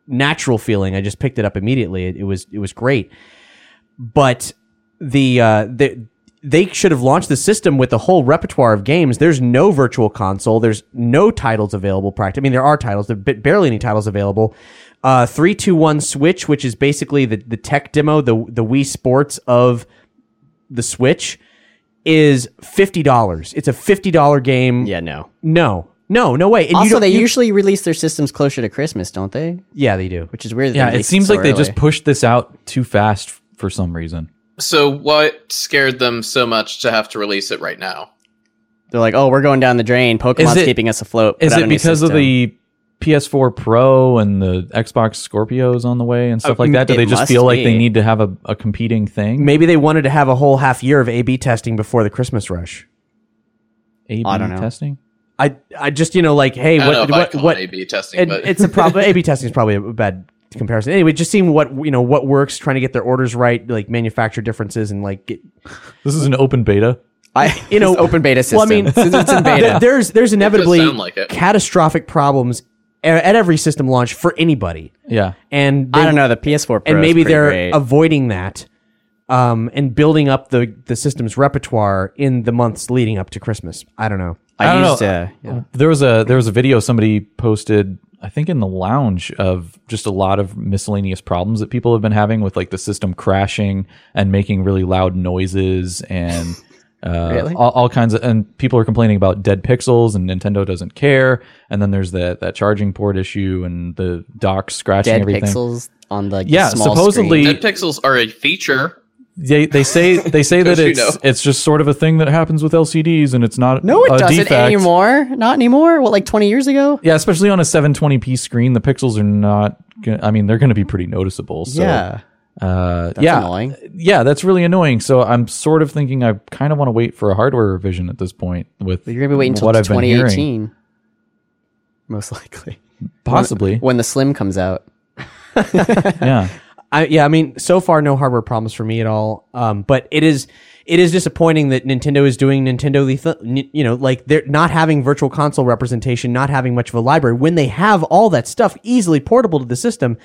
Speaker 1: natural feeling. I just picked it up immediately. It, it was it was great, but the uh, the they should have launched the system with the whole repertoire of games. There's no virtual console. There's no titles available. Practically, I mean, there are titles. There are ba- barely any titles available. Uh, Three, two, one, Switch, which is basically the the tech demo, the the Wii Sports of the Switch, is fifty dollars. It's a fifty dollar game.
Speaker 2: Yeah, no.
Speaker 1: No, no, no way. And you
Speaker 2: Also,
Speaker 1: don't-
Speaker 2: they
Speaker 1: you-
Speaker 2: usually release their systems closer to Christmas, don't they?
Speaker 1: yeah they do.
Speaker 2: Which is weird. that
Speaker 3: Yeah, it
Speaker 2: released
Speaker 3: seems
Speaker 2: so
Speaker 3: like they just
Speaker 2: early.
Speaker 3: pushed this out too fast f- for some reason.
Speaker 4: So what scared them so much to have to release it right now?
Speaker 2: They're like, oh, we're going down the drain. Pokemon's
Speaker 3: it-
Speaker 2: keeping us afloat. Put
Speaker 3: Is
Speaker 2: out a
Speaker 3: it
Speaker 2: new
Speaker 3: because of
Speaker 2: system.
Speaker 3: the PS4 Pro and the Xbox Scorpios on the way and stuff like that? Do
Speaker 2: Oh, it
Speaker 3: they just
Speaker 2: must
Speaker 3: feel like they
Speaker 2: be.
Speaker 3: need to have a, a competing thing?
Speaker 1: Maybe they wanted to have a whole half year of A/B testing before the Christmas rush.
Speaker 3: A/B
Speaker 2: I don't know.
Speaker 3: testing.
Speaker 1: I I just you know like hey
Speaker 4: I don't know
Speaker 1: what
Speaker 4: if I'd
Speaker 1: what
Speaker 4: call
Speaker 1: what
Speaker 4: it A/B testing,
Speaker 1: and
Speaker 4: but
Speaker 1: it's a problem. A/B testing is probably a bad comparison. Anyway, just seeing what you know what works, trying to get their orders right, like manufacture differences, and like get
Speaker 3: This is an open beta.
Speaker 2: I,
Speaker 1: you know
Speaker 2: open beta system?
Speaker 1: Well, I mean,
Speaker 2: Since it's in
Speaker 1: there-
Speaker 2: beta.
Speaker 1: there's there's inevitably
Speaker 4: sound like it.
Speaker 1: catastrophic problems a- at every system launch for anybody,
Speaker 3: Yeah.
Speaker 1: and
Speaker 2: I
Speaker 1: they-
Speaker 2: don't know. The PS4 Pro
Speaker 1: and
Speaker 2: is
Speaker 1: maybe
Speaker 2: pretty
Speaker 1: they're
Speaker 2: great.
Speaker 1: avoiding that. Um, and building up the, the system's repertoire in the months leading up to Christmas. I don't know.
Speaker 3: I don't
Speaker 2: used
Speaker 3: know.
Speaker 2: to- yeah.
Speaker 3: There was a there was a video somebody posted, I think in the lounge of just a lot of miscellaneous problems that people have been having with like the system crashing and making really loud noises and uh, all, all kinds of and people are complaining about dead pixels and Nintendo doesn't care. And then there's that that charging port issue and the dock scratching
Speaker 2: dead
Speaker 3: everything.
Speaker 2: pixels on the
Speaker 3: Yeah,
Speaker 2: small
Speaker 3: supposedly-
Speaker 2: screen.
Speaker 4: dead pixels are a feature.
Speaker 3: They they say they say that
Speaker 4: you
Speaker 3: it's
Speaker 4: know.
Speaker 3: it's just sort of a thing that happens with LCDs and it's not
Speaker 2: No, it
Speaker 3: a
Speaker 2: doesn't
Speaker 3: defect.
Speaker 2: anymore. Not anymore. What, like twenty years ago?
Speaker 3: Yeah, especially on a 720p screen, the pixels are not. Gonna, I mean, they're going to be pretty noticeable. So,
Speaker 2: yeah,
Speaker 3: uh,
Speaker 2: that's
Speaker 3: yeah,
Speaker 2: annoying.
Speaker 3: yeah, that's really annoying. So I'm sort of thinking I kind of want to wait for a hardware revision at this point. With
Speaker 2: But you're gonna be waiting until
Speaker 3: what I've been
Speaker 2: twenty
Speaker 3: hearing.
Speaker 2: eighteen, most likely.
Speaker 3: possibly.
Speaker 2: when the Slim comes out.
Speaker 3: yeah,
Speaker 1: I, yeah, I mean, so far no hardware problems for me at all. Um, but it is it is disappointing that Nintendo is doing Nintendo lethal, n- you know, like they're not having virtual console representation, not having much of a library when they have all that stuff easily portable to the system.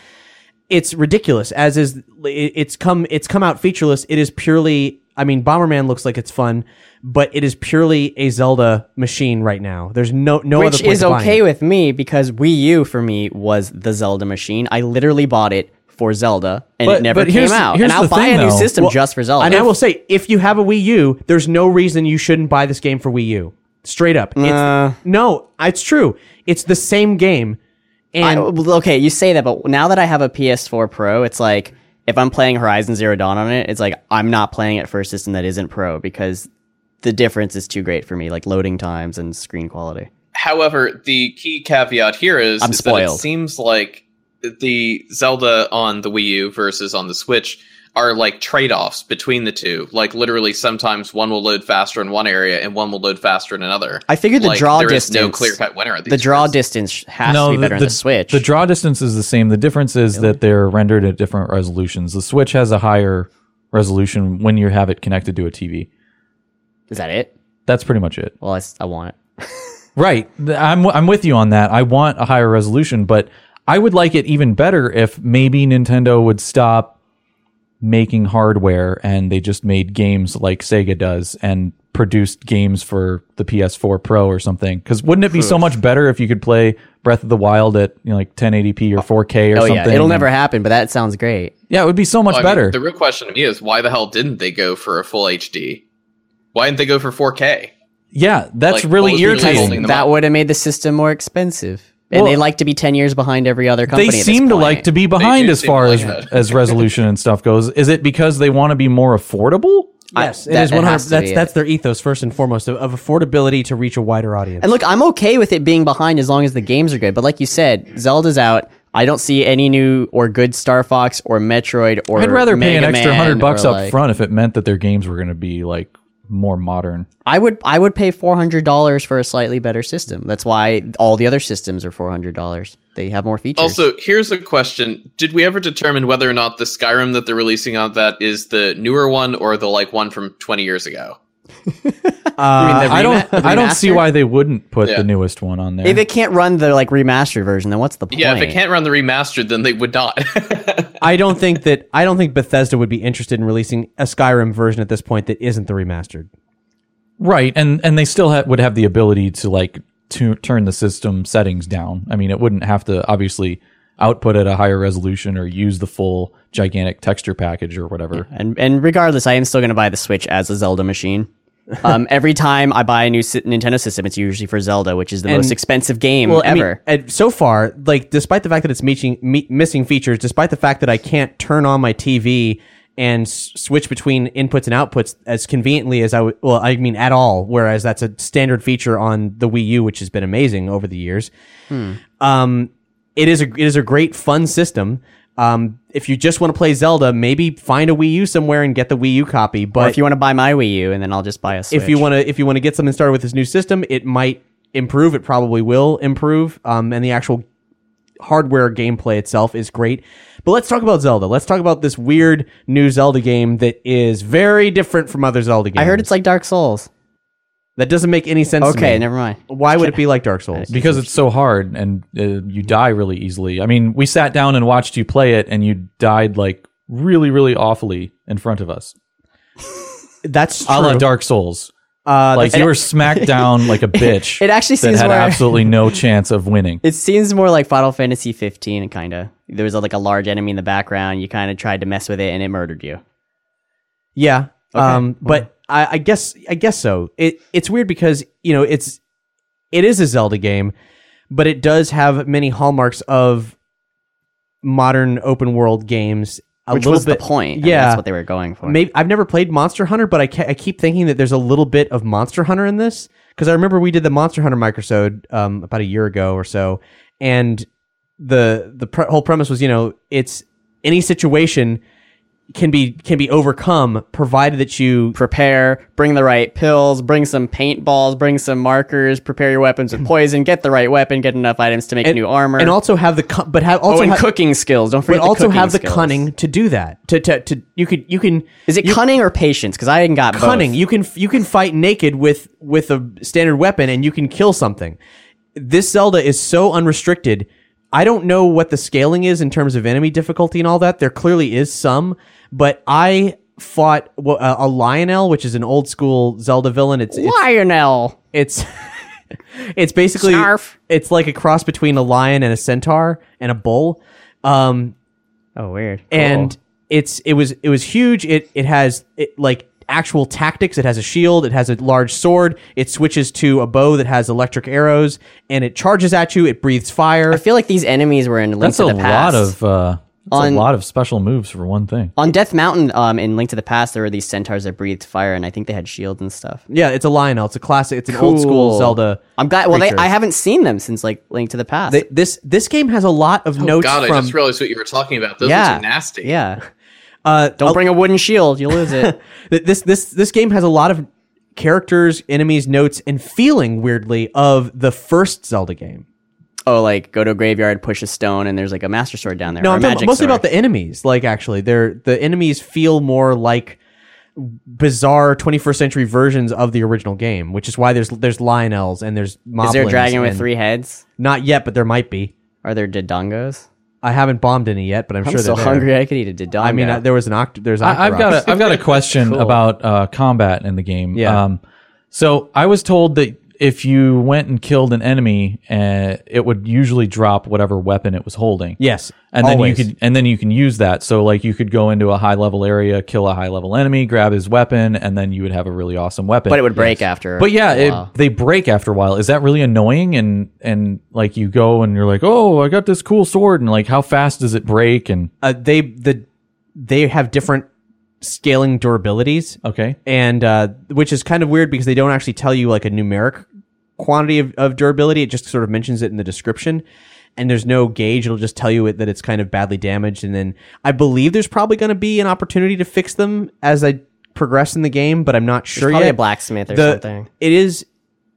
Speaker 1: It's ridiculous. As is, it- it's come it's come out featureless. It is purely. I mean, Bomberman looks like it's fun, but it is purely a Zelda machine right now. There's no no other
Speaker 2: Which
Speaker 1: place
Speaker 2: is
Speaker 1: to buy it.
Speaker 2: okay with me because Wii U for me was the Zelda machine. I literally bought it for Zelda and
Speaker 3: But-
Speaker 2: it never
Speaker 3: but
Speaker 2: came
Speaker 3: here's-
Speaker 2: out.
Speaker 3: here's
Speaker 2: And I'll
Speaker 3: the
Speaker 2: buy
Speaker 3: thing,
Speaker 2: a new
Speaker 3: though.
Speaker 2: system
Speaker 3: Well,
Speaker 2: just for Zelda.
Speaker 1: And I will say, if you have a Wii U, there's no reason you shouldn't buy this game for Wii U. Straight up, it's, no, it's true. It's the same game,
Speaker 2: I-
Speaker 1: and
Speaker 2: well, okay, you say that, but now that I have a PS4 Pro, it's like if I'm playing Horizon Zero Dawn on it, it's like I'm not playing it for a system that isn't Pro because the difference is too great for me, like loading times and screen quality.
Speaker 4: However, the key caveat here is,
Speaker 2: I'm
Speaker 4: is that it
Speaker 2: spoiled.
Speaker 4: seems like the Zelda on the Wii U versus on the Switch are like trade-offs between the two. Like literally sometimes one will load faster in one area and one will load faster in another.
Speaker 2: I figured the
Speaker 4: Like,
Speaker 2: draw
Speaker 4: there is
Speaker 2: distance,
Speaker 4: no clear-cut winner at
Speaker 2: the
Speaker 4: these
Speaker 2: draw
Speaker 4: races.
Speaker 2: distance has to be better on the Switch.
Speaker 3: The draw distance is the same. The difference is that they're rendered at different resolutions. The Switch has a higher resolution when you have it connected to a TV.
Speaker 2: is that it?
Speaker 3: That's pretty much it.
Speaker 2: Well, I, s- I want it.
Speaker 3: Right. Th- I'm I'm with you on that. I want a higher resolution, but I would like it even better if maybe Nintendo would stop making hardware and they just made games like Sega does and produced games for the PS4 Pro or something. Cuz wouldn't it be so much better if you could play Breath of the Wild at, you know, like 1080p or 4K or
Speaker 2: Oh
Speaker 3: something?
Speaker 2: yeah, it'll never happen, but that sounds great.
Speaker 3: Yeah, it would be so much
Speaker 4: Well, I mean,
Speaker 3: better.
Speaker 4: the real question to me is why the hell didn't they go for a full HD? Why didn't they go for 4K?
Speaker 3: yeah, that's
Speaker 4: like,
Speaker 3: really
Speaker 4: what was the
Speaker 3: irritating.
Speaker 4: holding them
Speaker 2: That
Speaker 4: up.
Speaker 2: would have made the system more expensive. And
Speaker 3: Well-
Speaker 2: they like to be ten years behind every other company.
Speaker 3: they
Speaker 2: at this
Speaker 3: seem to
Speaker 2: point.
Speaker 3: like to be behind
Speaker 4: do
Speaker 3: as
Speaker 4: seem
Speaker 3: far
Speaker 4: like
Speaker 3: as,
Speaker 4: that.
Speaker 3: as resolution and stuff goes. Is it because they want to be more affordable?
Speaker 1: yes, it
Speaker 2: that-
Speaker 1: is
Speaker 2: it
Speaker 1: one hundred.
Speaker 2: has to
Speaker 1: That's
Speaker 2: be
Speaker 1: that's
Speaker 2: it.
Speaker 1: their ethos first and foremost of, of affordability to reach a wider audience.
Speaker 2: And look, I'm okay with it being behind as long as the games are good. But like you said, Zelda's out. I don't see any new or good Star Fox or Metroid or
Speaker 3: I'd rather pay
Speaker 2: Mega
Speaker 3: an extra
Speaker 2: Man
Speaker 3: hundred bucks
Speaker 2: or,
Speaker 3: up
Speaker 2: like-
Speaker 3: front if it meant that their games were going to be like more modern.
Speaker 2: I would I would pay four hundred dollars for a slightly better system. That's why all the other systems are four hundred dollars. They have more features.
Speaker 4: Also, here's a question: Did we ever determine whether or not the Skyrim that they're releasing on that is the newer one or the like one from 20 years ago?
Speaker 3: I don't. I don't see why they wouldn't put
Speaker 4: Yeah.
Speaker 3: the newest one on there.
Speaker 2: if it can't run the like remastered version, then what's the point?
Speaker 4: Yeah, if it can't run the remastered, then they would not.
Speaker 1: I don't think that I don't think Bethesda would be interested in releasing a Skyrim version at this point that isn't the remastered.
Speaker 3: right, and and they still ha- would have the ability to like to turn the system settings down. I mean, it wouldn't have to obviously output at a higher resolution or use the full gigantic texture package or whatever.
Speaker 2: And and regardless, I am still going to buy the Switch as a Zelda machine. Um, every time I buy a new si- Nintendo system, it's usually for Zelda, which is the most expensive game
Speaker 1: I mean,
Speaker 2: ever.
Speaker 1: and so far, like despite the fact that it's meeting, me, missing features, despite the fact that I can't turn on my TV and s- switch between inputs and outputs as conveniently as I would, well, I mean at all. Whereas that's a standard feature on the Wii U, which has been amazing over the years.
Speaker 2: Hmm.
Speaker 1: Um, it is a it is a great fun system. Um, if you just want to play Zelda, maybe find a Wii U somewhere and get the Wii U copy. But
Speaker 2: or if you want to buy my Wii U, and then I'll just buy a Switch.
Speaker 1: if you want to if you want to get something started with this new system it might improve it probably will improve um, and the actual hardware gameplay itself is great but let's talk about zelda let's talk about this weird new zelda game that is very different from other zelda games
Speaker 2: I heard it's like Dark Souls.
Speaker 1: that doesn't make any sense to
Speaker 2: Okay,
Speaker 1: me.
Speaker 2: never mind.
Speaker 1: why would it be like dark souls
Speaker 3: because it's so hard and uh, you die really easily. I mean, we sat down and watched you play it, and you died like really, really awfully in front of us,
Speaker 1: that's
Speaker 3: a la
Speaker 1: true.
Speaker 3: Dark Souls.
Speaker 1: uh,
Speaker 3: like you were smacked down like a bitch.
Speaker 2: It actually
Speaker 3: that
Speaker 2: seems
Speaker 3: had
Speaker 2: where-
Speaker 3: absolutely no chance of winning.
Speaker 2: It seems more like Final Fantasy 15, kind of. There was like a large enemy in the background. You kind of tried to mess with it, and it murdered you.
Speaker 1: Yeah. Um, but I, I guess I guess so. It it's weird because you know it's it is a Zelda game, but it does have many hallmarks of modern open world games. A
Speaker 2: which
Speaker 1: little
Speaker 2: was
Speaker 1: bit,
Speaker 2: the point. I mean,
Speaker 1: Yeah.
Speaker 2: that's what they were going for.
Speaker 1: Maybe I've never played Monster Hunter, but I, ca- I keep thinking that there's a little bit of Monster Hunter in this because I remember we did the Monster Hunter microsode um, about a year ago or so, and the the pre- whole premise was you know it's any situation can be can be overcome provided that you
Speaker 2: prepare, bring the right pills, bring some paintballs, bring some markers, prepare your weapons with poison, get the right weapon, get enough items to make new armor,
Speaker 1: and also have the cu- but have also
Speaker 2: oh, and
Speaker 1: ha-
Speaker 2: cooking skills. Don't
Speaker 1: but
Speaker 2: forget, the
Speaker 1: also
Speaker 2: cooking
Speaker 1: have the
Speaker 2: skills.
Speaker 1: cunning to do that to to, to you could you can
Speaker 2: Is it
Speaker 1: you-
Speaker 2: cunning or patience? Because I ain't got
Speaker 1: cunning.
Speaker 2: Both.
Speaker 1: You can you can fight naked with with a standard weapon and you can kill something. This Zelda is so unrestricted. I don't know what the scaling is in terms of enemy difficulty and all that. There clearly is some, but I fought wa- uh, a Lionel, which is an old school Zelda villain. It's it's
Speaker 2: Lionel.
Speaker 1: it's, it's basically
Speaker 2: Snarf.
Speaker 1: it's like a cross between a lion and a centaur and a bull. Um,
Speaker 2: Oh, weird.
Speaker 1: and it's it was it was huge. It it has it like actual tactics. It has a shield. It has a large sword. It switches to a bow that has electric arrows, and it charges at you. It breathes fire.
Speaker 2: I feel like these enemies were in Link
Speaker 3: That's
Speaker 2: to
Speaker 3: a
Speaker 2: the Past.
Speaker 3: lot of uh, that's
Speaker 2: On-
Speaker 3: a lot of special moves for one thing.
Speaker 2: on Death Mountain, um, in Link to the Past, there were these centaurs that breathed fire, and I think they had shields and stuff.
Speaker 1: yeah, it's a Lionel. It's a classic. It's an old school
Speaker 2: Cool.
Speaker 1: Zelda.
Speaker 2: I'm glad. Well, they,
Speaker 1: creature.
Speaker 2: I haven't seen them since like Link to the Past.
Speaker 1: Th- this this game has a lot of notes
Speaker 4: Oh, God,
Speaker 1: from
Speaker 4: I just realized what you were talking about. Those
Speaker 2: yeah,
Speaker 4: are nasty.
Speaker 2: Yeah.
Speaker 1: uh,
Speaker 2: Don't bring a wooden shield; you lose it.
Speaker 1: Th- this this this game has a lot of characters, enemies, notes, and feeling weirdly of the first Zelda game.
Speaker 2: oh, like go to a graveyard, push a stone, and there's like a master sword down there.
Speaker 1: No,
Speaker 2: or a
Speaker 1: I'm talking
Speaker 2: magic
Speaker 1: mostly
Speaker 2: sword.
Speaker 1: about the enemies. Like actually, they're the enemies feel more like bizarre 21st century versions of the original game, which is why there's there's Lionels and there's moblins.
Speaker 2: Is there a dragon with
Speaker 1: and-
Speaker 2: three heads?
Speaker 1: Not yet, but there might be.
Speaker 2: Are there didongos?
Speaker 1: I haven't bombed any yet, but I'm,
Speaker 2: I'm
Speaker 1: sure
Speaker 2: so
Speaker 1: they're there.
Speaker 2: hungry I could eat a didongo.
Speaker 1: I mean, uh, there was an oct- there's
Speaker 3: I, I've
Speaker 1: Octoroks.
Speaker 3: got a I've got a question about uh, combat in the game.
Speaker 1: Yeah.
Speaker 3: Um, so I was told that if you went and killed an enemy, uh, it would usually drop whatever weapon it was holding.
Speaker 1: yes,
Speaker 3: and
Speaker 1: always.
Speaker 3: then you could and then you can use that so like you could go into a high level area kill a high level enemy grab his weapon and then you would have a really awesome weapon
Speaker 2: but it would break after.
Speaker 3: but yeah
Speaker 2: a
Speaker 3: it,
Speaker 2: while.
Speaker 3: they break after a while is that really annoying and and like you go and you're like oh i got this cool sword and like how fast does it break and
Speaker 1: uh, they the they have different scaling durabilities.
Speaker 3: okay
Speaker 1: and uh, which is kind of weird because they don't actually tell you like a numeric quantity of, of durability. It just sort of mentions it in the description, and there's no gauge. It'll just tell you it, that it's kind of badly damaged. And then I believe there's probably going to be an opportunity to fix them as I progress in the game, but I'm not sure
Speaker 2: probably
Speaker 1: yet.
Speaker 2: a blacksmith or something.
Speaker 1: It is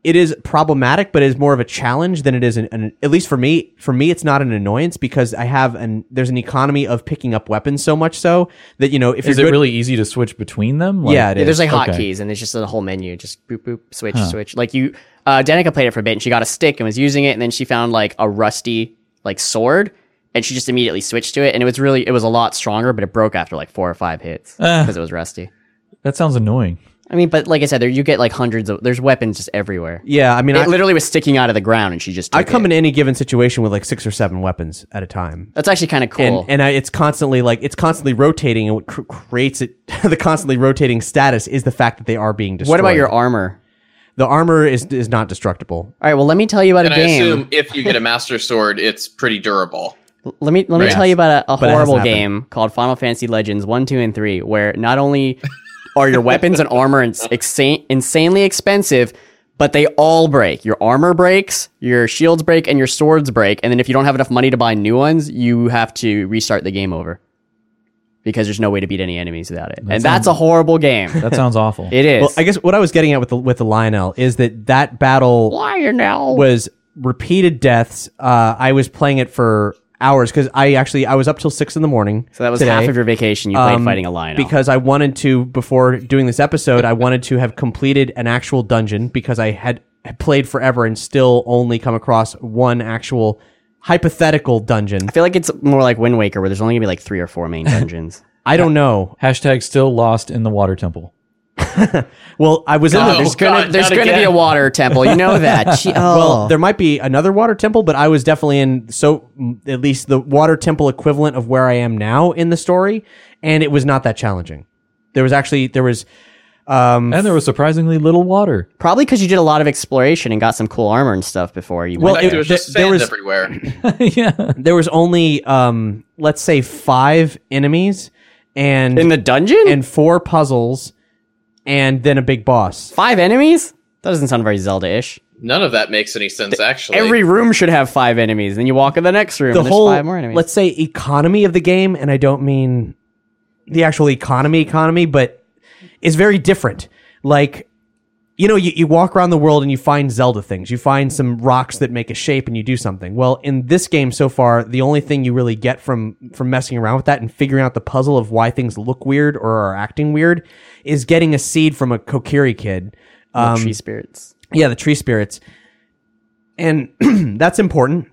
Speaker 1: it is problematic, but it is more of a challenge than it is an, an at least for me. For me, it's not an annoyance because I have an there's an economy of picking up weapons so much so that you know if
Speaker 3: Is
Speaker 1: you're
Speaker 3: it
Speaker 1: good,
Speaker 3: really easy to switch between them? Like,
Speaker 1: yeah it
Speaker 2: Yeah,
Speaker 1: is.
Speaker 2: there's like
Speaker 3: Okay.
Speaker 2: hotkeys, and it's just a whole menu. Just boop, boop, switch, switch. Like you, uh, Danica played it for a bit, and she got a stick and was using it, and then she found like a rusty like sword, and she just immediately switched to it, and it was really it was a lot stronger, but it broke after like four or five hits
Speaker 1: Eh.
Speaker 2: because it was rusty.
Speaker 3: That sounds annoying.
Speaker 2: I mean, but like I said, there you get like hundreds of there's weapons just everywhere.
Speaker 1: yeah. I mean,
Speaker 2: It
Speaker 1: I,
Speaker 2: literally was sticking out of the ground, and she just took
Speaker 1: I come
Speaker 2: it.
Speaker 1: in any given situation with like six or seven weapons at a time.
Speaker 2: That's actually kind of cool.
Speaker 1: and and I, it's constantly like it's constantly rotating, and what cr- creates it the constantly rotating status is the fact that they are being destroyed.
Speaker 2: what about your armor?
Speaker 1: the armor is is not destructible.
Speaker 2: All right, well, let me tell you about
Speaker 4: And
Speaker 2: a
Speaker 4: I
Speaker 2: game.
Speaker 4: assume if you get a master sword, it's pretty durable.
Speaker 2: Let me let me
Speaker 4: Right.
Speaker 2: tell you about a, a
Speaker 1: But it hasn't
Speaker 2: horrible
Speaker 1: happened.
Speaker 2: game called Final Fantasy Legends One, Two, and Three, where not only are your weapons and armor ins- exa- insanely expensive, but they all break. Your armor breaks, your shields break, and your swords break. And then if you don't have enough money to buy new ones, you have to restart the game over because there's no way to beat any enemies without it. and that's a horrible game.
Speaker 3: That sounds awful.
Speaker 2: it is.
Speaker 1: Well, I guess what I was getting at with the with the Lionel is that that battle
Speaker 2: Lionel.
Speaker 1: was repeated deaths. Uh, I was playing it for hours because I actually I was up till six in the morning.
Speaker 2: so that was
Speaker 1: today,
Speaker 2: half of your vacation you played
Speaker 1: um,
Speaker 2: fighting a Lionel.
Speaker 1: because I wanted to before doing this episode. I wanted to have completed an actual dungeon because I had had played forever and still only come across one actual hypothetical dungeon.
Speaker 2: I feel like it's more like Wind Waker, where there's only gonna be like three or four main dungeons.
Speaker 1: I don't know.
Speaker 3: Hashtag still lost in the water temple.
Speaker 1: Well, I was in the,
Speaker 4: Oh,
Speaker 2: Uh, There's gonna
Speaker 4: God,
Speaker 2: there's
Speaker 4: not
Speaker 2: gonna be
Speaker 4: again.
Speaker 2: a water temple. You know that. Gee, oh.
Speaker 1: Well, there might be another water temple, but I was definitely in so m- at least the water temple equivalent of where I am now in the story, and it was not that challenging. There was actually there was um
Speaker 3: And there was surprisingly little water.
Speaker 2: probably because you did a lot of exploration and got some cool armor and stuff before you.
Speaker 1: Well,
Speaker 2: went
Speaker 4: Like
Speaker 1: it-
Speaker 4: there was
Speaker 1: there-
Speaker 4: just
Speaker 1: there
Speaker 4: sand
Speaker 1: was-
Speaker 4: everywhere.
Speaker 3: yeah.
Speaker 1: there was only um let's say 5 enemies and
Speaker 2: there. in the dungeon
Speaker 1: and four puzzles and then a big boss.
Speaker 2: five enemies. That doesn't sound very Zelda-ish.
Speaker 4: None of that makes any sense, actually.
Speaker 2: Every room should have five enemies. Then you walk in the next room.
Speaker 1: The
Speaker 2: and there's
Speaker 1: whole
Speaker 2: five more enemies.
Speaker 1: let's say economy of the game and I don't mean the actual economy economy, but is very different. Like you know, you, you walk around the world and you find Zelda things. You find some rocks that make a shape and you do something. Well, in this game so far, the only thing you really get from from messing around with that and figuring out the puzzle of why things look weird or are acting weird is getting a seed from a Kokiri kid.
Speaker 2: Oh,
Speaker 1: um,
Speaker 2: tree spirits.
Speaker 1: Yeah, the tree spirits. And that's important.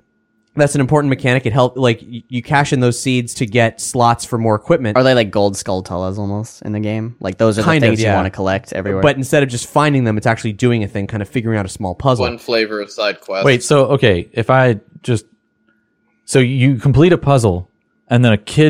Speaker 1: That's an important mechanic. It helped like y- you cash in those seeds to get slots for more equipment.
Speaker 2: Are they like gold skulltulas almost in the game? Like those are the
Speaker 1: Kind of,
Speaker 2: things
Speaker 1: yeah.
Speaker 2: you want to collect everywhere.
Speaker 1: But instead of just finding them, it's actually doing a thing, kind of figuring out a small puzzle.
Speaker 4: one flavor of side quest.
Speaker 3: Wait, so okay, if I just so you complete a puzzle and then a kid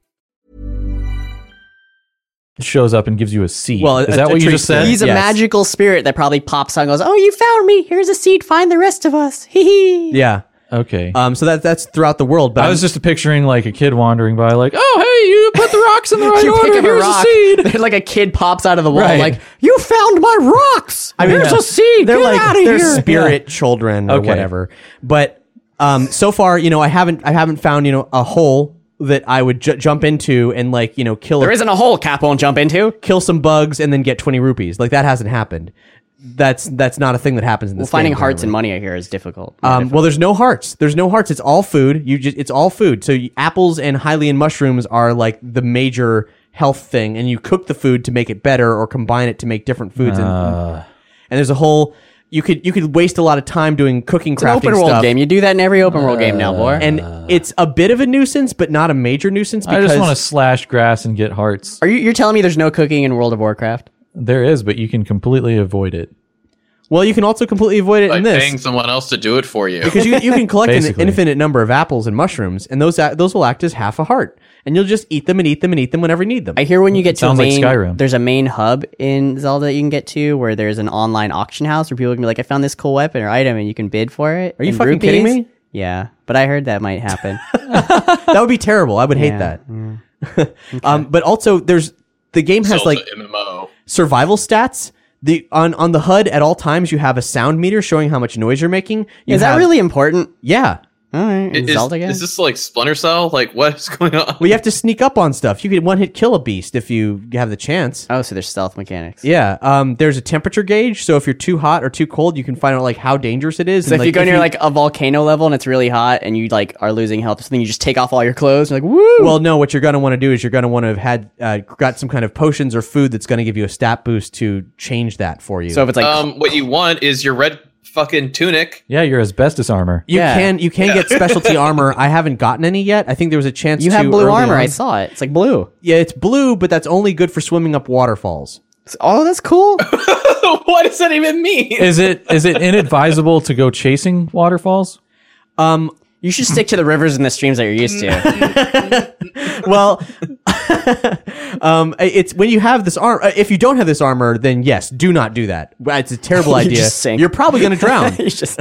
Speaker 3: shows up and gives you a seed.
Speaker 1: Well,
Speaker 3: is
Speaker 1: a-
Speaker 3: that
Speaker 1: a
Speaker 3: what you
Speaker 1: tree
Speaker 3: just said?
Speaker 1: spirit.
Speaker 2: He's a
Speaker 1: Yes.
Speaker 2: magical spirit that probably pops out and goes, "Oh, you found me. Here's a seed. Find the rest of us." Hee hee.
Speaker 1: Yeah.
Speaker 3: Okay.
Speaker 1: Um, so that that's throughout the world. But
Speaker 3: I was just picturing like a kid wandering by, like, "Oh, hey, you put the rocks in the right
Speaker 2: you pick
Speaker 3: order.
Speaker 2: up a
Speaker 3: Here's a,
Speaker 2: rock,
Speaker 3: seed."
Speaker 2: like a kid pops out of the wall,
Speaker 3: Right.
Speaker 2: like you found my rocks.
Speaker 1: I mean,
Speaker 2: Here's
Speaker 1: yeah.
Speaker 2: a seed.
Speaker 1: They're
Speaker 2: Get
Speaker 1: like
Speaker 2: out of
Speaker 1: they're
Speaker 2: here.
Speaker 1: spirit children or
Speaker 3: Okay.
Speaker 1: whatever. But um, so far, you know, I haven't I haven't found you know a hole that I would ju- jump into and like you know kill a
Speaker 2: There isn't a hole Cap won't jump into.
Speaker 1: kill some bugs and then get 20 rupees. Like that hasn't happened. that's that's not a thing that happens in this.
Speaker 2: Well, finding
Speaker 1: game,
Speaker 2: hearts and
Speaker 1: apparently.
Speaker 2: money, I hear, is difficult.
Speaker 1: Um, well, there's no hearts. There's no hearts. It's all food. You just it's all food. So you, apples and Hylian mushrooms are like the major health thing, and you cook the food to make it better or combine it to make different foods.
Speaker 3: Uh.
Speaker 1: and, and there's a whole you could you could waste a lot of time doing cooking
Speaker 2: It's an
Speaker 1: crafting
Speaker 2: open world
Speaker 1: stuff.
Speaker 2: game. You do that in every open world game now, boy.
Speaker 1: Uh, And it's a bit of a nuisance, but not a major nuisance
Speaker 3: Uh. I
Speaker 1: because
Speaker 3: just want to slash grass and get hearts.
Speaker 2: are you you're telling me there's no cooking in World of Warcraft?
Speaker 3: There is, but you can completely avoid it.
Speaker 1: well, you can also completely avoid it
Speaker 4: By
Speaker 1: in
Speaker 4: paying
Speaker 1: this
Speaker 4: someone else to do it for you.
Speaker 1: because you, you can collect an
Speaker 3: Basically.
Speaker 1: infinite number of apples and mushrooms, and those act- those will act as half a heart, and you'll just eat them and eat them and eat them whenever you need them.
Speaker 2: I hear when you get to a
Speaker 3: sounds like
Speaker 2: main,
Speaker 3: Skyrim.
Speaker 2: there's a main hub in Zelda that you can get to where there's an online auction house where people can be like, I found this cool weapon or item and you can bid for it. Are
Speaker 1: you fucking kidding me?
Speaker 2: Yeah, but I heard that might happen.
Speaker 1: that would be terrible. I would hate
Speaker 2: Yeah, Mm.
Speaker 1: that. um, but also, there's the game has
Speaker 4: Zelda
Speaker 1: like
Speaker 4: MMO.
Speaker 1: survival stats. The on on the HUD at all times, you have a sound meter showing how much noise you're making. You
Speaker 2: is that
Speaker 1: have-
Speaker 2: really important?
Speaker 1: Yeah.
Speaker 2: All right, in
Speaker 4: Is,
Speaker 2: Zelda game?
Speaker 4: is this like Splinter Cell? Like what's going on?
Speaker 1: Well, you have to sneak up on stuff. You could one hit kill a beast if you have the chance.
Speaker 2: oh, so there's stealth mechanics.
Speaker 1: Yeah. Um. There's a temperature gauge, so if you're too hot or too cold, you can find out like how dangerous it is.
Speaker 2: So if you go near like a volcano level and it's really hot and you like are losing health or something, you just take off all your clothes and like woo.
Speaker 1: Well, no. What you're gonna want to do is you're gonna want to have had uh, got some kind of potions or food that's gonna give you a stat boost to change that for you.
Speaker 2: so if it's like
Speaker 4: um, what you want is your red fucking tunic.
Speaker 3: Yeah, your asbestos armor.
Speaker 1: You
Speaker 2: Yeah.
Speaker 1: can you can get specialty armor. I haven't gotten any yet. I think there was a chance
Speaker 2: you
Speaker 1: to
Speaker 2: have blue
Speaker 1: early
Speaker 2: armor,
Speaker 1: on.
Speaker 2: I saw it. It's like blue.
Speaker 1: Yeah, it's blue, but that's only good for swimming up waterfalls.
Speaker 2: It's- oh, that's cool.
Speaker 4: what does that even mean?
Speaker 3: Is it is it inadvisable to go chasing waterfalls?
Speaker 2: you should stick to the rivers and the streams that you're used to.
Speaker 1: Well, um, it's when you have this armor. If you don't have this armor, then yes, do not do that. It's a terrible
Speaker 2: You
Speaker 1: idea.
Speaker 2: just sink.
Speaker 1: You're probably going to drown.
Speaker 2: You just-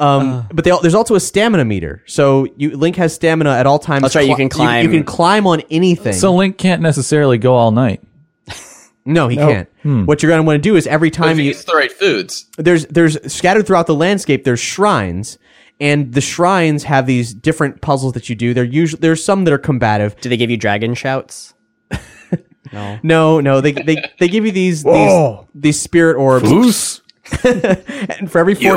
Speaker 1: Um, but they, al- there's also a stamina meter. So you, Link has stamina at all times.
Speaker 2: That's right, you can
Speaker 1: You,
Speaker 2: climb.
Speaker 1: can climb on anything.
Speaker 3: So Link can't necessarily go all night.
Speaker 1: no, he can't. What you're going to want to do is every
Speaker 4: If
Speaker 1: time
Speaker 4: you
Speaker 1: you
Speaker 4: eat the right foods.
Speaker 1: there's there's scattered throughout the landscape there's shrines and the shrines have these different puzzles that you do they're usually there's some that are combative
Speaker 2: Do they give you dragon shouts?
Speaker 1: no no they they, they give you these these, these spirit orbs and for every four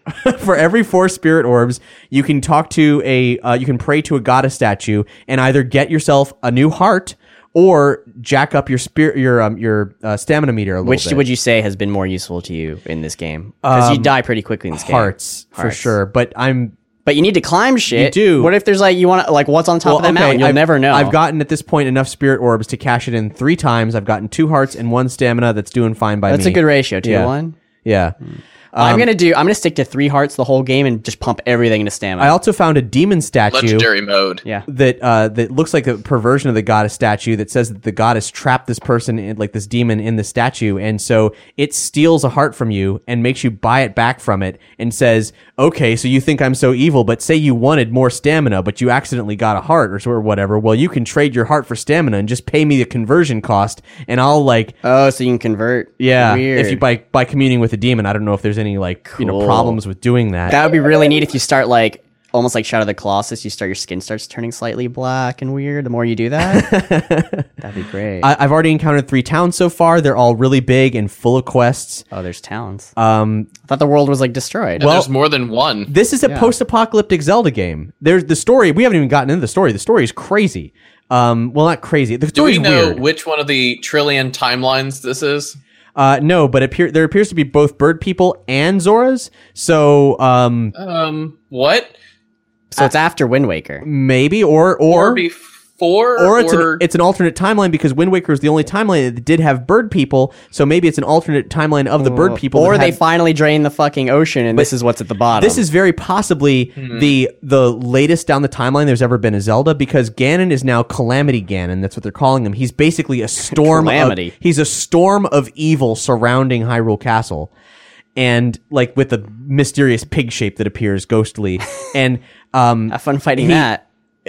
Speaker 1: for every four spirit orbs you can talk to a uh, you can pray to a goddess statue and either get yourself a new heart or jack up your spirit your um, your uh, stamina meter a little
Speaker 2: Which
Speaker 1: bit. Um,
Speaker 2: would you say has been more useful to you in this game? Because you die pretty quickly in this game.
Speaker 1: hearts for sure but i'm
Speaker 2: But you need to climb shit.
Speaker 1: do.
Speaker 2: What if there's like you want to like what's on top of that mountain? You'll
Speaker 1: I've,
Speaker 2: never know.
Speaker 1: I've gotten at this point enough spirit orbs to cash it in three times. I've gotten two hearts and one stamina. That's doing fine by
Speaker 2: that's
Speaker 1: me.
Speaker 2: a good ratio. Two
Speaker 1: Yeah. Um,
Speaker 2: to one.
Speaker 1: Yeah.
Speaker 2: I'm gonna do. I'm gonna stick to three hearts the whole game and just pump everything into stamina.
Speaker 1: I also found a demon statue
Speaker 4: Legendary mode.
Speaker 2: yeah.
Speaker 1: that uh, that looks like a perversion of the goddess statue that says that the goddess trapped this person in, like this demon in the statue, and so it steals a heart from you and makes you buy it back from it, and says, "Okay, so you think I'm so evil, but say you wanted more stamina, but you accidentally got a heart or so- or whatever. Well, you can trade your heart for stamina and just pay me the conversion cost, and I'll like."
Speaker 2: Oh, so you can convert.
Speaker 1: Yeah,
Speaker 2: Weird.
Speaker 1: if you by by communing with a demon, I don't know if there's any like you know
Speaker 2: Cool.
Speaker 1: problems with doing that.
Speaker 2: that would be really neat if you start like almost like Shadow of the Colossus. You start your skin starts turning slightly black and weird. The more you do that, that'd be great.
Speaker 1: I, I've already encountered three towns so far. They're all really big and full of quests.
Speaker 2: oh, there's towns. Um, I thought the world was like destroyed.
Speaker 4: Well, There's more than one.
Speaker 1: This is a post-apocalyptic Zelda game. There's the story. We haven't even gotten into the story. The story is crazy. Um, well, not crazy. The
Speaker 4: Do
Speaker 1: story is
Speaker 4: we know
Speaker 1: weird.
Speaker 4: which one of the trillion timelines this is?
Speaker 1: uh, no, but appear there appears to be both bird people and Zoras. So um,
Speaker 4: Um, what?
Speaker 2: so it's after Wind Waker.
Speaker 1: maybe or or
Speaker 4: Or before?
Speaker 1: or it's an, it's an alternate timeline because Wind Waker is the only timeline that did have bird people. So maybe it's an alternate timeline of the bird people.
Speaker 2: Oh, Or
Speaker 1: that
Speaker 2: they
Speaker 1: had-
Speaker 2: finally drain the fucking ocean, and this is what's at the bottom. Hmm.
Speaker 1: This is very possibly the the latest down the timeline there's ever been a Zelda because Ganon is now Calamity Ganon. That's what they're calling him. He's basically a storm.
Speaker 2: Calamity.
Speaker 1: Of, he's a storm of evil surrounding Hyrule Castle, and like with the mysterious pig shape that appears ghostly. and um,
Speaker 2: have fun fighting that.